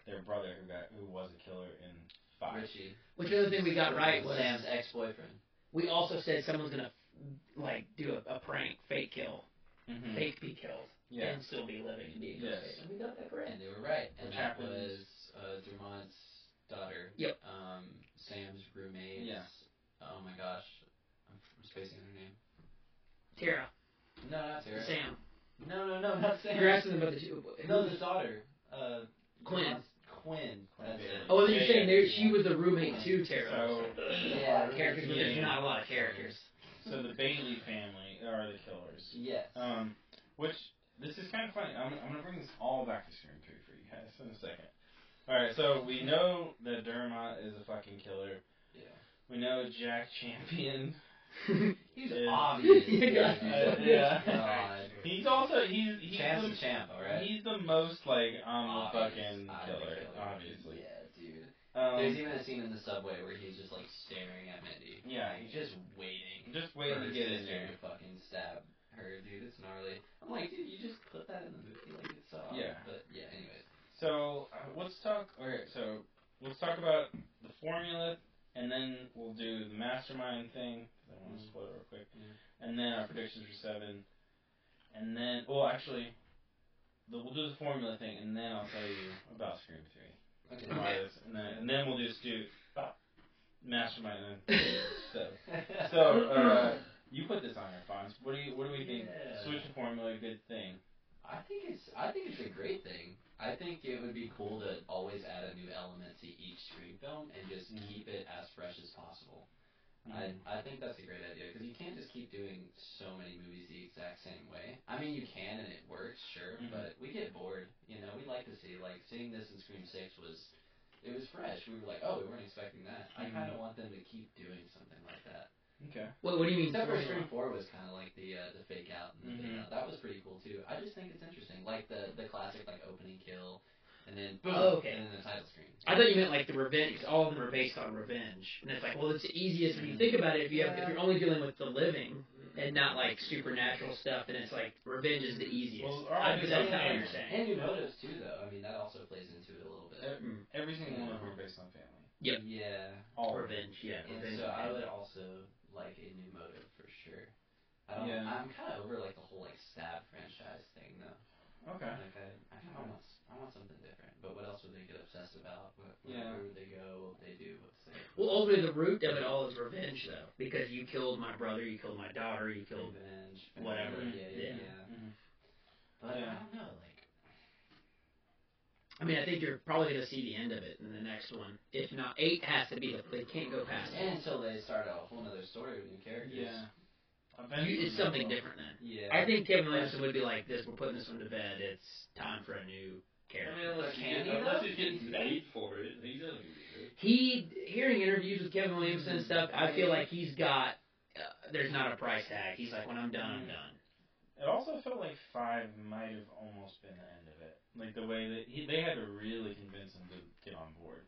S3: their brother who got who was a killer in five.
S2: Richie.
S5: Which other thing we got right was
S2: Sam's ex-boyfriend.
S5: we also said someone's gonna like do a, a prank, fake kill,
S3: Mm-hmm.
S5: fake be killed,
S3: Yeah.
S5: and still be living and be a good
S3: Yes.
S5: kid. And we got that correct.
S2: And they were right. And
S3: Which
S2: that
S3: happens-
S2: was uh, Drumont's daughter.
S5: Yep.
S2: Um, Sam's roommate.
S3: Yeah.
S2: Oh my gosh. I'm, I'm spacing her name.
S5: Tara,
S2: No, not Sarah.
S5: Sam,
S2: No, no, no, not Sam.
S5: you're asking about the two.
S2: No, the daughter. Uh,
S5: Quinn.
S2: Drumont's- Quinn. That's it.
S5: oh, then
S3: Yeah,
S5: you're saying
S3: yeah.
S5: there she was the roommate too, Tara.
S3: So,
S2: Yeah,
S5: characters, but there's
S3: Yeah.
S5: not a lot of characters.
S3: so the Bailey family are the killers.
S2: Yes.
S3: Um, which this is kind of funny. I'm, I'm gonna bring this all back to screen two for you guys in a second. All right, so we know that Dermot is a fucking killer.
S2: yeah.
S3: We know Jack Champion.
S2: He's
S3: Yeah.
S2: obvious.
S5: Yeah.
S2: Oh,
S3: Yeah.
S2: God.
S3: He's also he's he's
S2: Champ's
S3: the
S2: a champ, alright?
S3: He's the most like I'm a
S2: Obvious.
S3: fucking
S2: I'm the
S3: killer, obviously.
S2: Yeah, dude. There's
S3: Um,
S2: even a scene in the subway where he's just like staring at Mindy.
S3: Yeah.
S2: Like, he's just waiting.
S3: just
S2: Wait
S3: waiting to get in there.
S2: to fucking stab her, dude. It's gnarly. I'm like, dude, you just put that in the movie, like it's so.
S3: Yeah.
S2: obvious. But yeah, anyways.
S3: So uh, let's talk. Okay, so let's talk about the formula, and then we'll do the mastermind thing. 'cause I want to
S2: Mhm.
S3: spoil it real quick,
S2: Yeah.
S3: and then our predictions for seven, and then well, actually, the, we'll do the formula thing, and then I'll tell you about Scream Three.
S2: Okay.
S3: and why this- And then and then we'll just do ah, mastermind and then so. So uh, you put this on your fonts. What do you what do we think?
S2: Yeah.
S3: Switch the formula, good thing.
S2: I think it's I think it's a great thing. I think it would be cool to always add a new element to each screen film and just
S3: Mhm.
S2: keep it as fresh as possible. I,
S5: Mm-hmm.
S2: I think that's a great idea because you can't just keep doing so many movies the exact same way. I mean, you can and it works, sure,
S5: Mm-hmm.
S3: Mhm.
S2: but we get bored. You know, we like to see like seeing this in Scream Six was it was fresh. We were like, oh, we weren't expecting that.
S3: Mhm.
S5: Mm-hmm.
S2: I kind of want them to keep doing something like that.
S3: Okay.
S5: What, what do you mean? Mm-hmm.
S2: Except for
S5: formula?
S2: Scream Four was kind of like the uh, the fake out and the fake
S3: Mhm.
S2: out. That was pretty cool too. I just think it's interesting, like the the classic like opening kill, and then boom,
S5: Oh, okay.
S2: and then the title screen.
S5: I thought you meant like the revenge. 'cause All of them are based on revenge, and it's like, well, it's the easiest when you think about it. If you have, if you're only dealing with the living and not like supernatural stuff, then it's like revenge is the easiest.
S3: Well,
S5: I,
S3: alright,
S5: but that's not
S3: yeah.
S5: what you're saying.
S2: And you notice too, though. I mean, that also plays into it a little bit.
S5: Mm.
S3: Every single one of them are based on family.
S5: Yep.
S2: Yeah.
S3: All of them.
S5: Revenge, yeah.
S2: And
S5: revenge
S2: so
S5: is
S2: I
S5: bad.
S2: would also like a new motive for sure. I don't.
S3: Yeah.
S2: I'm kind of over like the whole like stab franchise thing though.
S3: Okay.
S2: Like I, I kind of want, s- I want something different. But what else would they get obsessed about? What,
S3: Yeah.
S2: Where would they go? What would they do? What's they?
S5: Well, ultimately, the root of it all is revenge, though, because you killed my brother, you killed my daughter, you killed.
S2: revenge,
S5: whatever.
S2: Yeah, yeah,
S5: Yeah.
S2: yeah.
S3: Mhm.
S2: But
S3: Yeah.
S2: I don't know, like,
S5: I mean, I think you're probably gonna see the end of it in the next one. If not, eight has to be. the- They can't go past
S2: and
S5: it.
S2: until they start a whole other story with new characters.
S3: Yeah.
S5: You, it's something different then.
S2: Yeah.
S5: I think Kevin Williamson would be like this. We're putting this one to bed. It's time for a new
S3: care.
S2: I mean, unless he
S5: Can
S2: gets-
S5: he,
S4: Unless
S5: though?
S4: he's getting paid for it, he's not gonna be good.
S5: He hearing interviews with Kevin Williamson and stuff. I feel like he's got. Uh, there's not a price tag. He's like, when I'm done, I'm done.
S3: It also felt like five might have almost been the end of it. Like the way that he, they had to really convince him to get on board.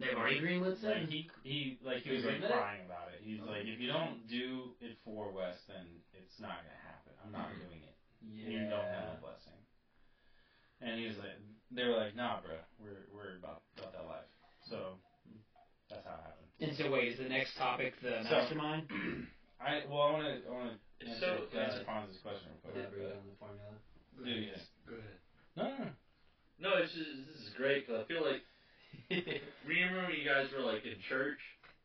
S5: They've already greenlit
S3: Like
S5: seven.
S3: he, he, like he was like crying about it. He's like, if you don't do it for Wes, then it's not gonna happen. I'm not
S5: Mm-hmm.
S3: doing it. You don't have a blessing. And he was like, they were like, nah, bro, we're we're about about that life. So that's how it happened.
S5: And so wait, is the next topic the
S3: So-
S5: mastermind?
S3: I well, I want to I want to
S4: It's
S3: answer,
S4: so uh,
S3: answer Fonz's question real quick.
S2: Elaborate on the formula.
S3: but- Dude, yes.
S4: Go ahead.
S3: No, no, no.
S4: No, it's just, this is great because I feel like remember when you guys were like in church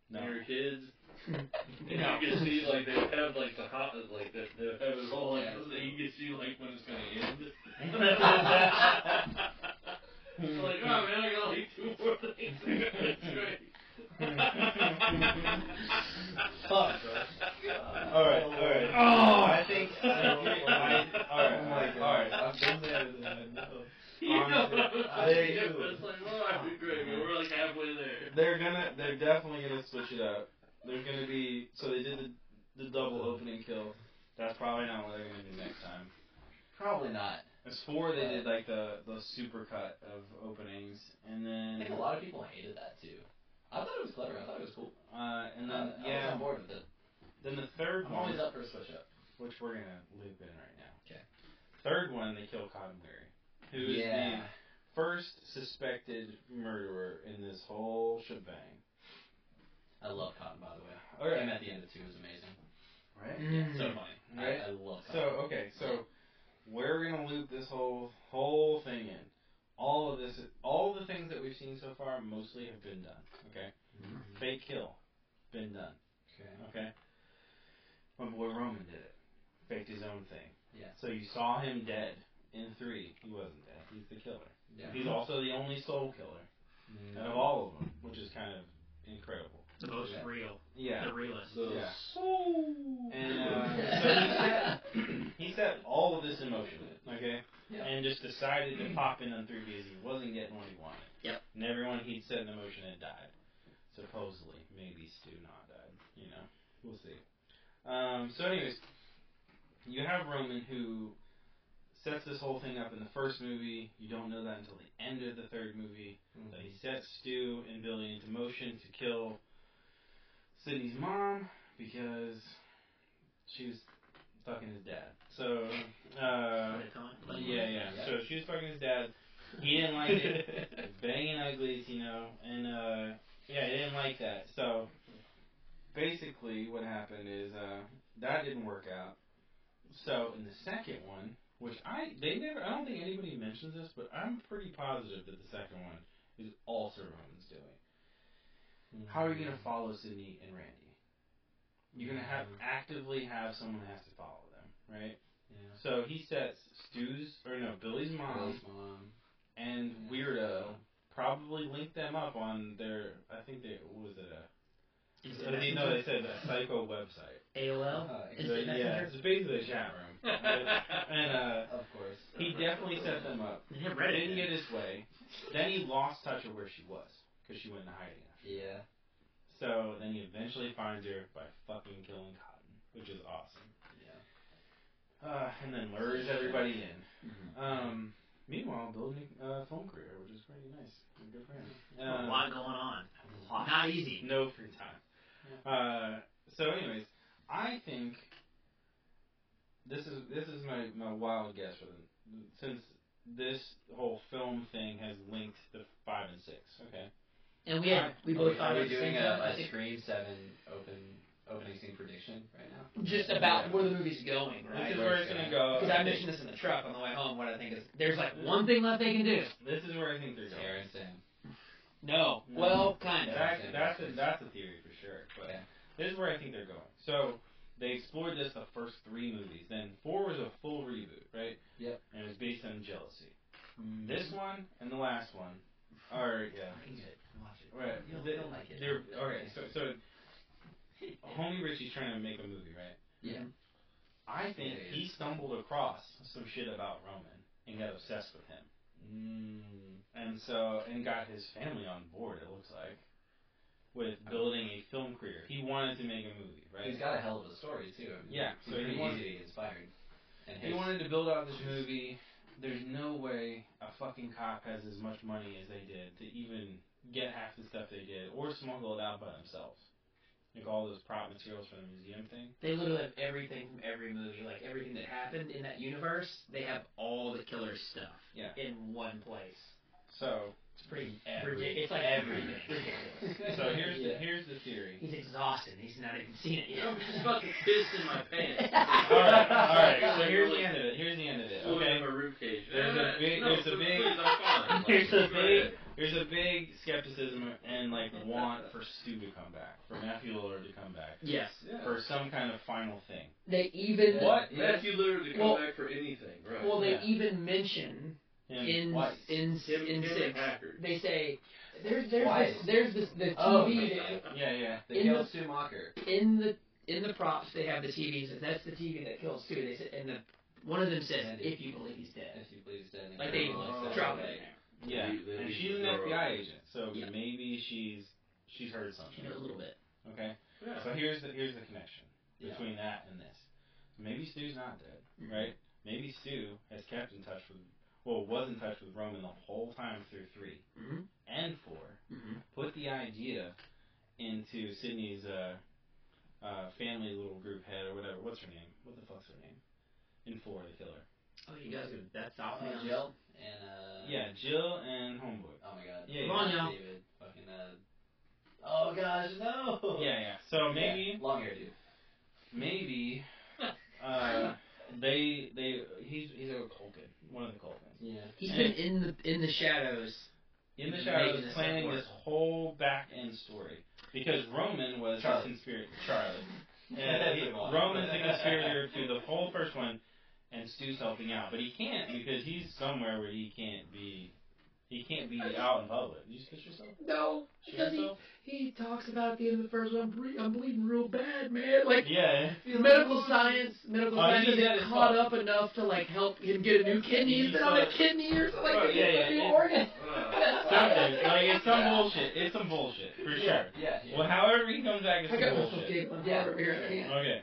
S4: when
S3: No.
S4: you were kids, and
S5: No.
S4: you could see like they have like the hot like the, they have it all like this, and you could see like when it's gonna end. it's like oh man, I got like two more things. I gotta do."
S3: Fuck, Uh, All right, all right. I think. I, all right, all right, all right.
S6: I've been there. then.
S3: uh,
S4: You know what I'm
S6: Honestly,
S4: saying?
S6: I do.
S4: It's like, oh, that'd be great, man. We're like halfway there.
S6: They're gonna. They're definitely gonna switch it up. They're gonna be. So they did the, the double opening kill.
S3: That's probably not what they're gonna do next time.
S2: Probably not.
S3: As four, they did like the the super cut of openings, and
S2: I
S3: then
S2: think a lot of people hated that too. I thought it was clever. I thought it was cool.
S3: uh, and
S2: I-
S3: then
S2: I was
S3: yeah,
S2: on board with it.
S3: then the third
S2: I'm
S3: one,
S2: always up for a switch up.
S3: which we're gonna loop in right now.
S2: 'Kay.
S3: Third one, they kill Cotton Weary, who is the first suspected murderer in this whole shebang.
S2: I love Cotton by the way.
S3: All right,
S2: Him at the end of two was amazing.
S3: right.
S5: Mm.
S3: So funny.
S2: I-
S3: Right.
S2: I, love
S3: So
S2: Cotton.
S3: okay, so we're gonna loop this whole whole thing in. All of this, all the things that we've seen so far, mostly have been done. Okay, fake kill, been done.
S2: Mm-hmm. Okay.
S3: Okay, my boy Roman did it, faked his own thing.
S2: Yeah.
S3: So you saw him dead in three. He wasn't dead. He's the killer.
S2: Yeah. Mm. Mm-hmm.
S3: He's also the only soul killer out of all of them, which is kind of incredible.
S5: The most real.
S3: Yeah.
S5: The realest.
S4: The
S3: Yeah.
S4: soul.
S3: And uh, so he set, he set all of this in motion, okay?
S2: Yeah.
S3: And just decided to pop in on three because he wasn't getting what he wanted.
S5: Yep.
S3: And everyone he'd set in motion had died. Supposedly. Maybe Stu not died. You know. We'll see. Um, so anyways, you have Roman who sets this whole thing up in the first movie. You don't know that until the end of the third movie. So he sets Stu and Billy into motion to kill Sydney's mom because she was fucking his dad. So, uh, yeah, yeah. So she was fucking his dad. He didn't like it. Banging uglies, you know, and uh, yeah, he didn't like that. So basically, what happened is uh, that didn't work out. So in the second one, which I they never, I don't think anybody mentions this, but I'm pretty positive that the second one is all Sir Roman's doing. How are you gonna follow Sydney and Randy? You're gonna have actively have someone has to follow them, right?
S2: Yeah.
S3: So he sets Stu's or no Billy's mom
S2: Billy's mom.
S3: and Weirdo probably linked them up on their. I think they what was it uh, a. I mean, no, they said a psycho website.
S5: AOL.
S2: Uh,
S5: Is
S3: So,
S5: it
S3: yeah,
S5: Messenger?
S3: it's basically a chat room. and uh,
S2: Of course.
S3: he definitely set them up. Didn't get his way. Then he lost touch of where she was because she went into hiding.
S2: Yeah.
S3: So then he eventually finds her by fucking killing Cotton, which is awesome.
S2: Yeah.
S3: Uh, and then lures everybody in.
S5: Mm-hmm.
S3: Um, meanwhile, building a uh, film career, which is pretty nice. Good for him.
S5: going
S3: Um,
S5: on.
S3: a lot.
S5: Not easy.
S3: No free time. Uh, so, anyways, I think this is this is my, my wild guess for them. Since this whole film thing has linked the five and six. Okay.
S5: And we had we both
S2: are
S5: thought it
S2: we, are
S5: was
S2: we doing
S5: the same time, I
S2: a, a
S5: think.
S2: Scream 7 open opening scene prediction right now?
S5: just about where the movie's going, right?
S3: This is where it's gonna go.
S5: Because I mentioned this in the truck on the way home. What I think is, there's like one thing left they can do.
S3: This is where I think they're going.
S2: Sarah and Sam.
S5: No,
S3: No.
S5: well, kind of.
S3: That's that's a, that's a theory for sure. But
S2: Yeah.
S3: this is where I think they're going. So they explored this the first three movies. Then four was a full reboot, right?
S2: Yep.
S3: And it was based on jealousy. This one and the last one are yeah.
S2: Watch it. Watch it.
S3: Right.
S2: You'll,
S3: They-
S2: you'll like it.
S3: They're okay. So so Homie Richie's trying to make a movie, right?
S2: Yeah.
S3: I think
S2: Yeah, yeah.
S3: he stumbled across some shit about Roman and got obsessed with him. Mm. And so, and got his family on board. It looks like with building a film career. He wanted to make a movie, right?
S2: He's got a hell of a story too. I mean,
S3: Yeah,
S2: it's
S3: so
S2: pretty
S3: he wanted-
S2: easy to get inspired. And
S3: He
S2: his-
S3: wanted to build out this movie. There's no way a fucking cop has as much money as they did to even get half the stuff they did or smuggle it out by themselves. Like all those prop materials for the museum thing.
S5: They literally have everything from every movie, like everything that happened in that universe. They have all the killer stuff
S3: Yeah.
S5: in one place.
S3: So,
S5: It's pretty
S2: Every-
S5: ridiculous. It's like
S2: everything.
S5: ridiculous.
S3: so here's the,
S2: Yeah.
S3: here's the theory.
S5: He's exhausted. He's not even seen it yet.
S7: I'm just fucking pissed in my pants.
S3: All right, all right. So here's the end of it. Here's the end of it.
S4: Well,
S3: Okay.
S4: I'm a roof cage.
S3: There's a
S4: Uh,
S3: big-
S4: no,
S3: there's a
S4: please,
S3: big-
S4: I'm fine. Like,
S3: There's a
S4: go
S3: big-
S4: ahead.
S3: There's a big skepticism and like want for Stu to come back, for Matthew Lillard to come back,
S5: Yes.
S4: Yeah.
S3: for some kind of final thing.
S5: They even
S3: What?
S4: Matthew Lillard to
S5: Well-
S4: come back for anything, right?
S5: well they
S3: Yeah.
S5: even mention
S3: Him
S5: in
S3: twice.
S5: in
S4: him,
S5: in
S4: him and
S5: six.
S4: Packard.
S5: They say there's there's
S2: Twice.
S5: this, there's this the TV
S2: Oh,
S5: that-
S3: Yeah, yeah.
S2: They
S5: In
S2: killed Sue Mocker.
S5: in the in the props they have the TVs and that's the TV that kills too. They said and the one of them says if you believe he's dead.
S2: If you please, then
S5: Like they
S4: Oh.
S5: drop it in there.
S3: Yeah,
S4: They- they
S3: and
S4: need
S3: she's an
S4: to grow
S3: FBI
S4: up.
S3: agent, so
S5: Yeah.
S3: maybe she's she's heard something.
S5: You know, a little bit.
S3: Okay,
S4: Yeah.
S3: so here's the here's the connection
S2: Yeah.
S3: between that and this. Maybe Stu's not dead,
S5: Mhm.
S3: right? Maybe Stu has kept in touch with, well, was in touch with Roman the whole time through three
S5: Mhm.
S3: and four.
S5: Mhm.
S3: Put the idea into Sydney's uh, uh, family little group head or whatever. What's her name? What the fuck's her name? In four, the killer.
S5: Oh, you guys are that's off me
S2: Uh,
S5: on
S2: Jill and uh.
S3: yeah, Jill and Homeboy.
S2: Oh my God.
S3: Yeah,
S5: Come on
S2: yeah.
S5: now.
S2: David. Fucking uh. Oh gosh, no.
S3: Yeah, yeah. So maybe.
S2: long hair dude.
S3: Maybe uh, they they he's he's a Colgan, one of the Colgans.
S2: Yeah.
S5: He's been in the in the shadows.
S3: In the
S5: Making
S3: shadows,
S5: this
S3: planning
S5: work.
S3: this whole back end story because Roman was a
S2: Charlie.
S3: conspirator. Charlie. Yeah, he- Roman's the conspirator through the whole first one, and Stu's helping out, but he can't because he's somewhere where he can't be. He can't be out in public. Did you just yourself?
S5: No,
S3: Shit yourself?
S5: he talks about at the end of the first one. I'm bleeding real bad, man. Like
S3: Yeah.
S5: medical science, medical
S3: Oh,
S5: science
S3: he did
S5: isn't
S3: it
S5: caught
S3: himself.
S5: up enough to like help him get a new kidney.
S3: E
S5: He's been on a kidney or something.
S3: Oh,
S5: like
S3: yeah, yeah,
S5: a new
S3: yeah.
S5: organ.
S3: Something. Like, it's some bullshit. It's some bullshit. For sure.
S2: Yeah. yeah.
S3: Well, however he comes back, it's
S5: I
S3: some
S5: got myself
S3: bullshit.
S5: giggling yeah. over here. Yeah.
S3: Okay.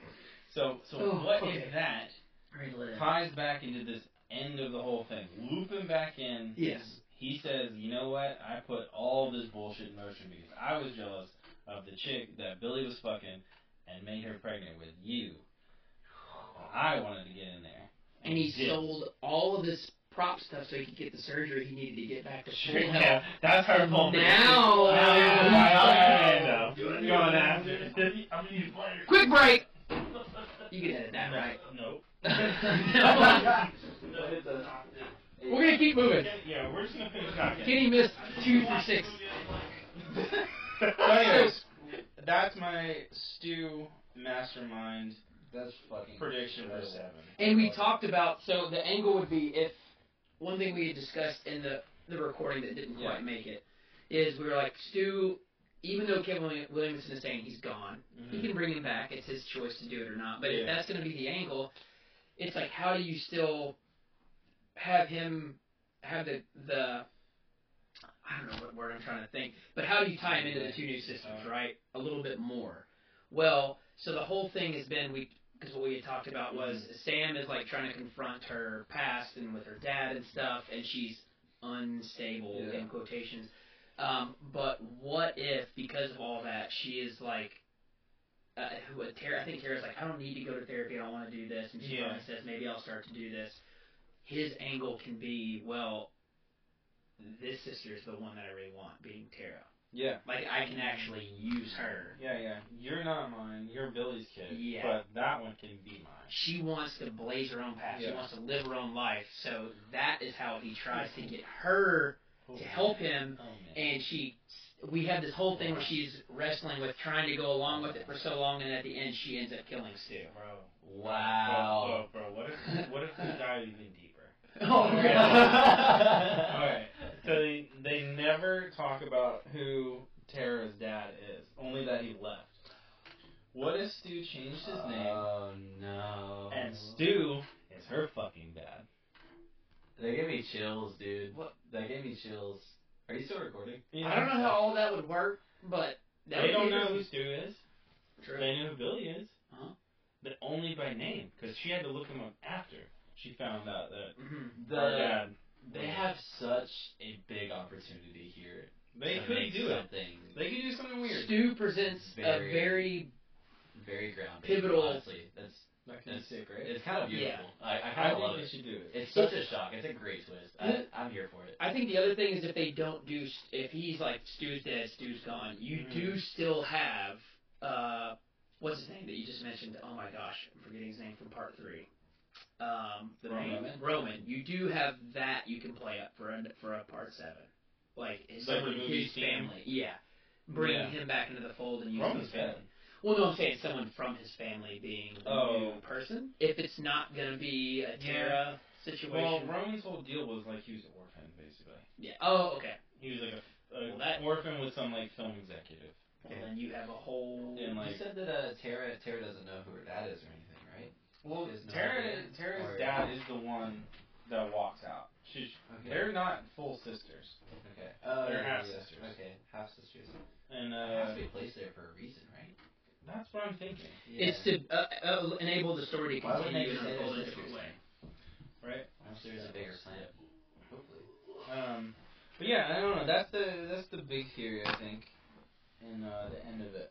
S3: So, so
S5: Oh,
S3: what
S5: okay.
S3: if that
S5: Alright, let it out.
S3: ties back into this end of the whole thing? Loop him back in.
S5: Yes.
S3: He says, you know what? I put all this bullshit in motion because I was jealous of the chick that Billy was fucking and made her pregnant with you. I wanted to get in there.
S5: And he
S3: did.
S5: sold all of this prop stuff so he could get the surgery he needed to get back to full
S3: Sure,
S5: health.
S3: yeah, that's her
S5: Now, "Oh,
S3: fault. Now he's a
S5: now-
S3: Bionic Commando. Going after it.
S7: I'm gonna need players.
S5: quick break. You can edit that, right?
S3: Nope.
S7: No, it's a knock.
S5: We're gonna keep moving.
S3: Yeah, we're just gonna finish knocking.
S5: Kenny missed two through six.
S3: So anyways, that's my stew mastermind
S2: That's fucking.
S3: prediction for
S2: incredible.
S3: seven.
S5: And we talked about so the angle would be if one thing we had discussed in the the recording that didn't
S3: Yeah.
S5: quite make it is we were like Stu, even though Kevin Willi- Williamson is saying he's gone, he
S3: Mhm.
S5: can bring him back. It's his choice to do it or not. But if
S3: Yeah.
S5: that's going to be the angle, it's like how do you still have him have the the I don't know what word I'm trying to think, but how do you tie him into the two new
S3: Uh-huh.
S5: systems, right? A little bit more. Well, so the whole thing has been we because what we had talked about was Sam is like trying to confront her past and with her dad and stuff, and she's unstable
S2: Yeah.
S5: in quotations. Um, but what if because of all that she is like uh, who Tara, I think Tara's like, I don't need to go to therapy. I don't want to do this. And she
S3: Yeah.
S5: probably says, maybe I'll start to do this. His angle can be, well, this sister is the one that I really want, being Tara.
S3: Yeah,
S5: Like, I can actually use her.
S3: yeah, yeah. You're not mine. You're Billy's kid.
S5: Yeah.
S3: But that one can be mine.
S5: She wants to blaze her own path. She
S3: Yeah.
S5: wants to live her own life. So that is how he tries to get her to help him.
S3: Oh, man.
S5: And she, we have this whole thing where she's wrestling with trying to go along with it for so long, and at the end, she ends up killing Stu.
S3: bro.
S2: Wow.
S3: Bro, bro, bro, what if what if we dive even deeper?
S5: Oh,
S3: All right. So they they never talk about who Tara's dad is. Only that he left. What if Stu changed his name
S2: Oh no.
S5: Uh,
S3: and Stu is her fucking dad?
S2: They gave me chills, dude. What? That gave me chills. Are you still recording?
S5: I don't know how all that would work, but that
S3: They
S5: would
S3: don't
S5: be
S3: know who
S5: interesting.
S3: Stu is. They knew who Billy is.
S5: Huh?
S3: But only by name, because she had to look him up after she found out that.
S5: Mhm.
S2: The
S3: our dad-
S2: they have such a big opportunity here.
S3: They
S2: to
S3: could
S2: make
S3: do it.
S2: something
S3: They could do something weird.
S5: Stu presents
S2: Very-
S5: a very
S2: very grounded.
S5: Pivotal.
S2: Honestly, that's
S6: That
S2: that's
S6: sick, right?
S2: It's kind of beautiful. I, I
S3: I
S2: kind of
S3: think
S2: love
S3: they
S2: it.
S3: should do it.
S2: It's such a shock. It's a great twist. I,
S5: Yeah.
S2: I'm here for it.
S5: I think the other thing is if they don't do, if he's like Stu's dead, Stu's gone, you
S3: Mhm.
S5: do still have uh, what's his name that you just mentioned? Oh my gosh, I'm forgetting his name from part three. Um, the
S3: Roman.
S5: name Roman. You do have that you can play up for a, for a part seven, like his,
S3: Like the movie
S5: his
S3: scene.
S5: family. Yeah, bringing
S3: Yeah.
S5: him back into the fold and using
S3: Roman's
S5: his family.
S3: bad.
S5: Well, no, I'm saying someone from his family being the
S3: Oh.
S5: new person. If it's not gonna be a Tara situation.
S3: Well, Roman's whole deal was like he was an orphan, basically.
S5: yeah. Oh, okay.
S3: He was like a, a
S5: Well, that-
S3: orphan with some like film executive.
S5: Well, then you have a whole.
S3: And like,
S2: you said that uh, Tara Tara doesn't know who her dad is or anything, right?
S3: well,
S2: There's no
S3: Tara,
S2: idea.
S3: Tara's
S2: Or-
S3: dad is the one that walks out. She's,
S2: Okay.
S3: they're not full sisters,
S2: Okay. Oh,
S3: They're
S2: yeah,
S3: half
S2: yeah.
S3: sisters.
S2: Okay, half sisters.
S3: and
S2: It has
S3: uh,
S2: to be placed there for a reason, right?
S3: that's what I'm thinking,
S2: Yeah.
S5: It's to uh, uh, enable the story to
S2: Why would they
S5: continue and
S2: say
S5: unfold in a
S2: they're
S5: different
S2: sisters?
S5: way.
S3: right?
S2: Unless there's a bigger plan. Hopefully.
S3: Um, but yeah, I don't know. That's the that's the big theory, I think, in uh, the end of it.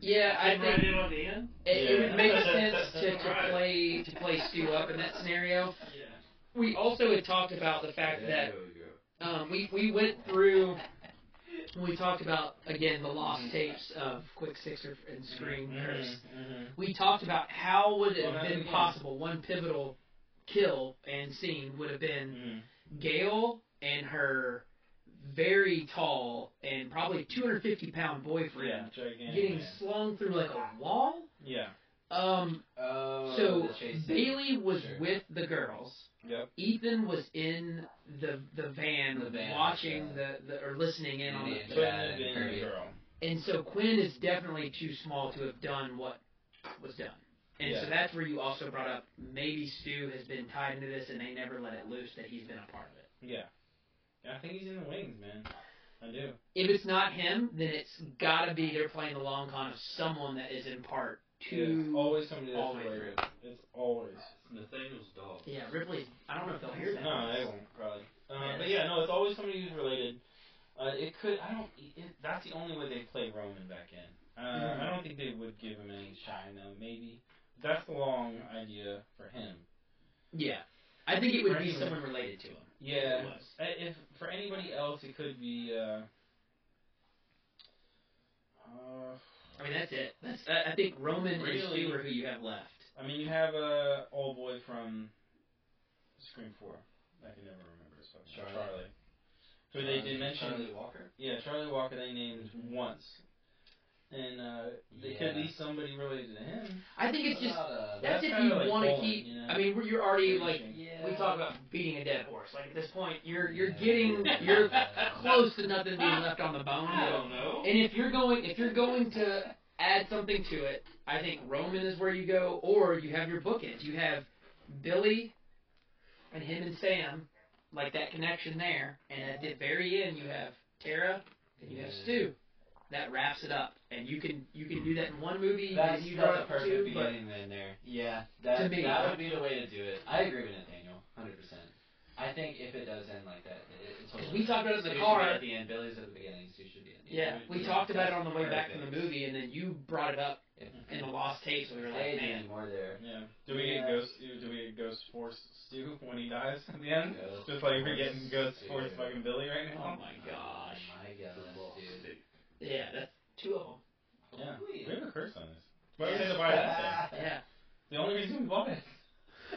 S5: Yeah, I
S7: Right
S5: think
S7: in on the end?
S5: it, it would make
S6: Yeah.
S5: sense to, to
S6: Right.
S5: play to play Stu up in that scenario.
S7: Yeah.
S5: We also had talked about the fact that
S4: There we go.
S5: um, we we went through when we talked about again the lost
S3: Mhm.
S5: tapes of Quick Sixer and Scream. Nurse.
S3: hmm
S5: We talked about how would it
S3: Well,
S5: have
S3: that
S5: been
S3: again.
S5: possible one pivotal kill and scene would have been
S3: Mm-hmm.
S5: Gail and her very tall and probably 250 pound
S3: Yeah,
S5: boyfriend
S3: gigantic.
S5: getting
S3: man.
S5: slung through like a wall.
S3: yeah.
S5: Um,
S2: Oh.
S5: so
S2: the chase scene.
S5: Bailey was
S2: Sure.
S5: with the girls.
S3: Yep.
S5: Ethan was in the the van,
S2: The van,
S5: watching
S2: yeah.
S5: the, the or listening in on
S2: Indian
S5: it.
S2: Yeah,
S3: Couldn't have
S2: and
S3: been
S2: Kirby.
S3: a girl.
S5: And so Quinn is definitely too small to have done what was done. And so
S3: Yeah.
S5: that's where you also brought up maybe Stu has been tied into this and they never let it loose that he's been a part of it.
S3: Yeah. Yeah, I think he's in the wings, man. I do.
S5: if it's not him, then it's gotta be they're playing the long con of someone that is in part
S3: It's
S5: two.
S3: always somebody that's
S5: always.
S3: related. It's always.
S4: Nathaniel's dog.
S5: Yeah, Ripley. I don't know if they'll hear that.
S3: No, they won't probably. Uh,
S5: Yeah.
S3: but yeah, no, it's always somebody who's related. Uh, it could. I don't. It, that's the only way they play Roman back in. Uh,
S5: Mhm.
S3: I don't think they would give him any shine though. Maybe that's the long idea for him.
S5: Yeah, I think it would be
S3: Right.
S5: someone related to him.
S3: Yeah.
S5: It was.
S3: I- Uh, If for anybody else, it could be. Uh, uh,
S5: I mean, that's it. That's I, I think Roman
S3: Really?
S5: and Stu are who you have left.
S3: I mean, you have a old boy from Scream Four. I can never remember his fucking name.
S2: Charlie.
S3: Charlie. Who
S5: uh,
S3: they did mention?
S2: Charlie Walker.
S3: Yeah, Charlie Walker. They named once, and uh, they
S2: Yeah.
S3: could be somebody related to him.
S5: I think it's
S2: What
S5: just
S2: about, uh,
S5: that's, if
S3: kinda
S5: you
S3: like
S5: want to
S3: Bowling,
S5: keep.
S3: you know?
S5: I mean, we're- you're already like
S2: yeah.
S5: we talk about beating a dead horse. Like at this point, you're you're
S2: Yeah.
S5: getting
S2: Yeah.
S5: you're close to nothing being left on the bone.
S7: I don't know.
S5: And if you're going, if you're going to add something to it, I think Roman is where you go, or you have your bookends. You have Billy and him and Sam, like that connection there, and at the very end you have Tara and you have
S2: Yeah.
S5: Stu. That wraps it up, and you can you can do that in one movie.
S2: That's,
S5: and you
S2: that's
S5: brought
S2: a
S5: up
S2: perfect
S5: two, but
S2: beginning then there. Yeah, that,
S5: To me.
S2: that would be the way to do it. I agree with Nathaniel, hundred percent. I think if it does end like that, it, it's
S5: Because
S2: totally.
S5: we talked about it in
S2: Sue
S5: the
S2: should
S5: car.
S2: be at the end. Billy's at the beginning. Sue should be at the
S5: yeah,
S2: end.
S5: we talked about it on the way back from
S2: perfect.
S5: the movie, and then you brought it up
S2: If
S5: in the lost tapes. and We were like,
S2: Hey,
S5: man,
S2: Jimmy Moore there.
S3: Yeah. Do we get
S2: Yeah.
S3: Ghost? Do we get Ghost Force Stu when he dies at the end?
S2: Ghost
S3: Just like we're
S2: Force
S3: getting Ghost
S2: Stu.
S3: Force fucking Billy right
S5: oh
S3: now.
S5: my gosh,
S2: Oh my gosh, dude.
S5: yeah, that's two of them.
S3: Yeah. We
S2: Holy-
S3: have a curse on this. Why would we had to buy that thing?
S5: Yeah.
S3: The only reason we bought it.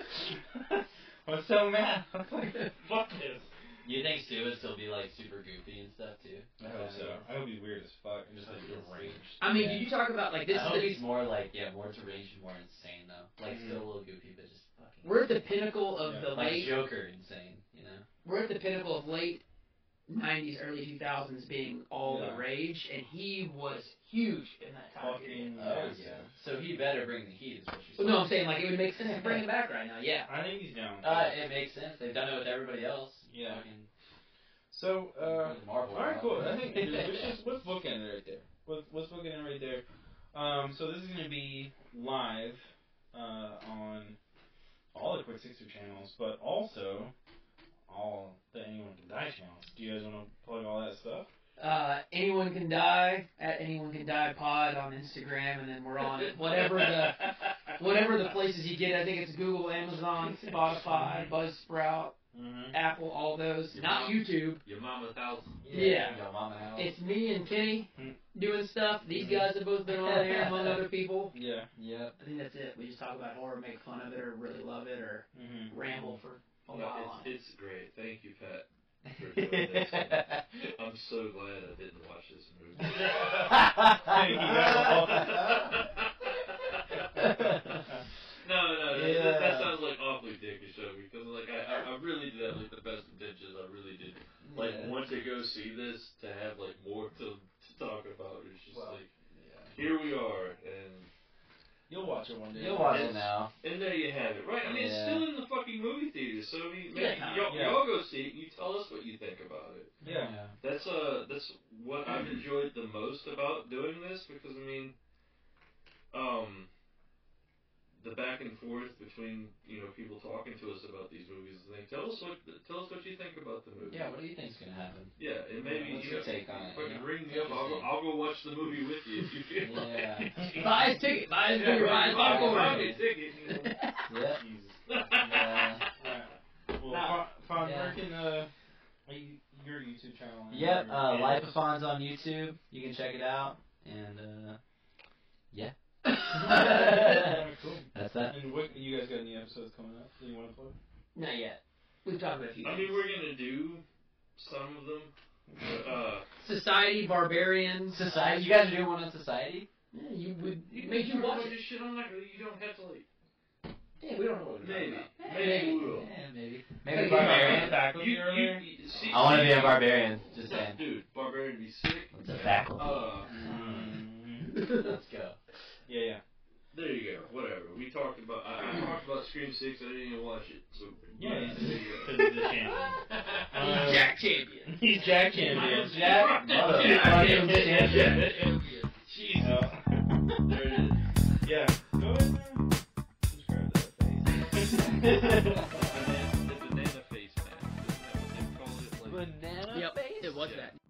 S3: I was so mad. I was like,
S7: Fuck this.
S2: You think Stu would still be like super goofy and stuff too?
S3: I hope so. I hope he's weird as fuck and just like deranged.
S5: I mean,
S2: Yeah.
S5: did you talk about like this?
S2: I
S5: Is
S2: hope
S5: the, Mm.
S2: he's more like yeah, more deranged, more insane though. Like
S3: Mhm.
S2: still a little goofy, but just fucking.
S5: we're at the pinnacle of
S3: Yeah.
S5: the
S2: like
S5: late.
S2: Joker insane, you know.
S5: We're at the pinnacle of late '90s, early 2000s being all the
S3: Yeah.
S5: rage, and he was
S8: huge in that time period.
S9: Fucking
S2: Oh
S9: yes.
S2: yeah. So he better bring the heat, is what you're
S5: Well,
S2: saying.
S5: no, I'm saying like it would make sense to bring it back right now. Yeah.
S9: I think he's down.
S2: Uh, it makes sense. They've done it with everybody else.
S3: Yeah.
S2: Fucking
S3: So, uh,
S2: Marvel.
S3: all right, cool. I think let's just let's book in right there. Let's let's book in right there. Um, so this is gonna be live uh, on all the Quick Sixer channels, but also all the Anyone Can Die channels. Do you guys want to plug all that stuff?
S5: Uh, anyone can die at anyone can die pod on Instagram, and then we're on whatever the whatever the places you get. I think it's Google, Amazon, Spotify, Buzzsprout,
S3: Mm-hmm.
S5: Apple, all those. Not YouTube.
S4: Your mama's house.
S5: Yeah.
S2: Yo, mama
S3: Oh.
S2: house.
S5: It's me and Kenny
S3: Hmm.
S5: doing stuff. These guys have both been on there among other people.
S3: Yeah.
S2: yep.
S5: I think that's it. We just talk about horror, make fun of it, or really love it, or
S3: Mm-hmm.
S5: ramble for
S3: Oh,
S5: a
S4: No,
S5: while. on it.
S4: it's, it's great. Thank you, Pat. For doing this. I'm so glad I didn't watch this movie.
S3: Mm-hmm.
S4: no, no, that, that, that sounds like awfully dickish of me because like I, I, I really did have like the best intentions. I really did like
S2: Yeah.
S4: want to go see this to have like more to, to talk about. It's just
S2: Well,
S4: like here we are, and
S3: You'll watch it one day.
S2: You'll watch it now.
S4: and there you have it, right? I mean, it's
S2: Yeah.
S4: still in the fucking movie theater, so I mean,
S5: Yeah,
S4: man, y'all,
S3: yeah.
S4: y'all go see it. You tell us what you think about it.
S3: Yeah.
S4: That's uh, that's what I've enjoyed the most about doing this because I mean, um, the back and forth between you know people talking to us about these movies and they tell us what tell us what you think about the movie.
S2: Yeah, what do you think's gonna happen?
S4: Yeah, and maybe
S2: What's
S4: you
S2: your
S4: know,
S2: take on it,
S4: fucking
S2: you know?
S4: ring me up. I'll go,
S2: Interesting.
S4: I'll go watch the movie with you if you feel like.
S2: Yeah.
S5: Buy his ticket. Buy his
S4: Yeah,
S5: beer, buy
S4: buy-
S5: his
S4: buy-
S5: popcorn.
S4: buy me a ticket, you know.
S2: Yep.
S3: Jesus.
S2: Yeah.
S3: Alright. Well,
S5: Nah.
S3: Fon, Fon, where
S2: Yeah.
S3: can uh, you- your YouTube channel? and
S2: Yep,
S3: your-
S2: uh, Life of Fonz on YouTube. You can check it out. And, uh, yeah.
S3: Alright, cool.
S2: That's that.
S3: And what you guys got any episodes coming up that you want to plug?
S5: Not yet. We've talked about a few.
S4: I
S5: things.
S4: mean, we're gonna do some of them. But, uh,
S5: Society, barbarians.
S2: Society. You guys are doing one on Society?
S5: Yeah, you would
S4: you
S5: make you
S4: can
S5: watch
S4: this
S5: it.
S4: shit. I'm not gonna. You don't have to like.
S5: Yeah, we don't know what
S4: Maybe.
S5: about.
S4: Maybe
S5: Maybe.
S4: we will.
S2: Yeah, maybe.
S5: Maybe
S2: Maybe
S3: Barbarian.
S2: Barbarian.
S3: Back with
S4: You-
S3: you earlier.
S4: you- you- see-
S2: I wanna be a barbarian, just saying.
S4: Dude, barbarian would be sick.
S2: It's a faculty.
S4: Uh,
S2: Let's go.
S3: Mm-hmm. Yeah, yeah.
S4: there you go. Whatever. We talked about. I, I talked about Scream Six. I didn't even watch it. So
S3: Yeah.
S4: there you go.
S3: Because of the channel.
S5: He's Jack Champion.
S3: He's Jack Champion. Jack.
S2: Motherfucking champion.
S4: Jesus.
S3: Oh,
S4: There it is.
S3: Yeah. Go ahead and subscribe to that face.
S4: Banana, the banana face mask. Isn't that what they call it? Like,
S2: Banana
S5: Yep, it was
S4: Yeah.
S5: that.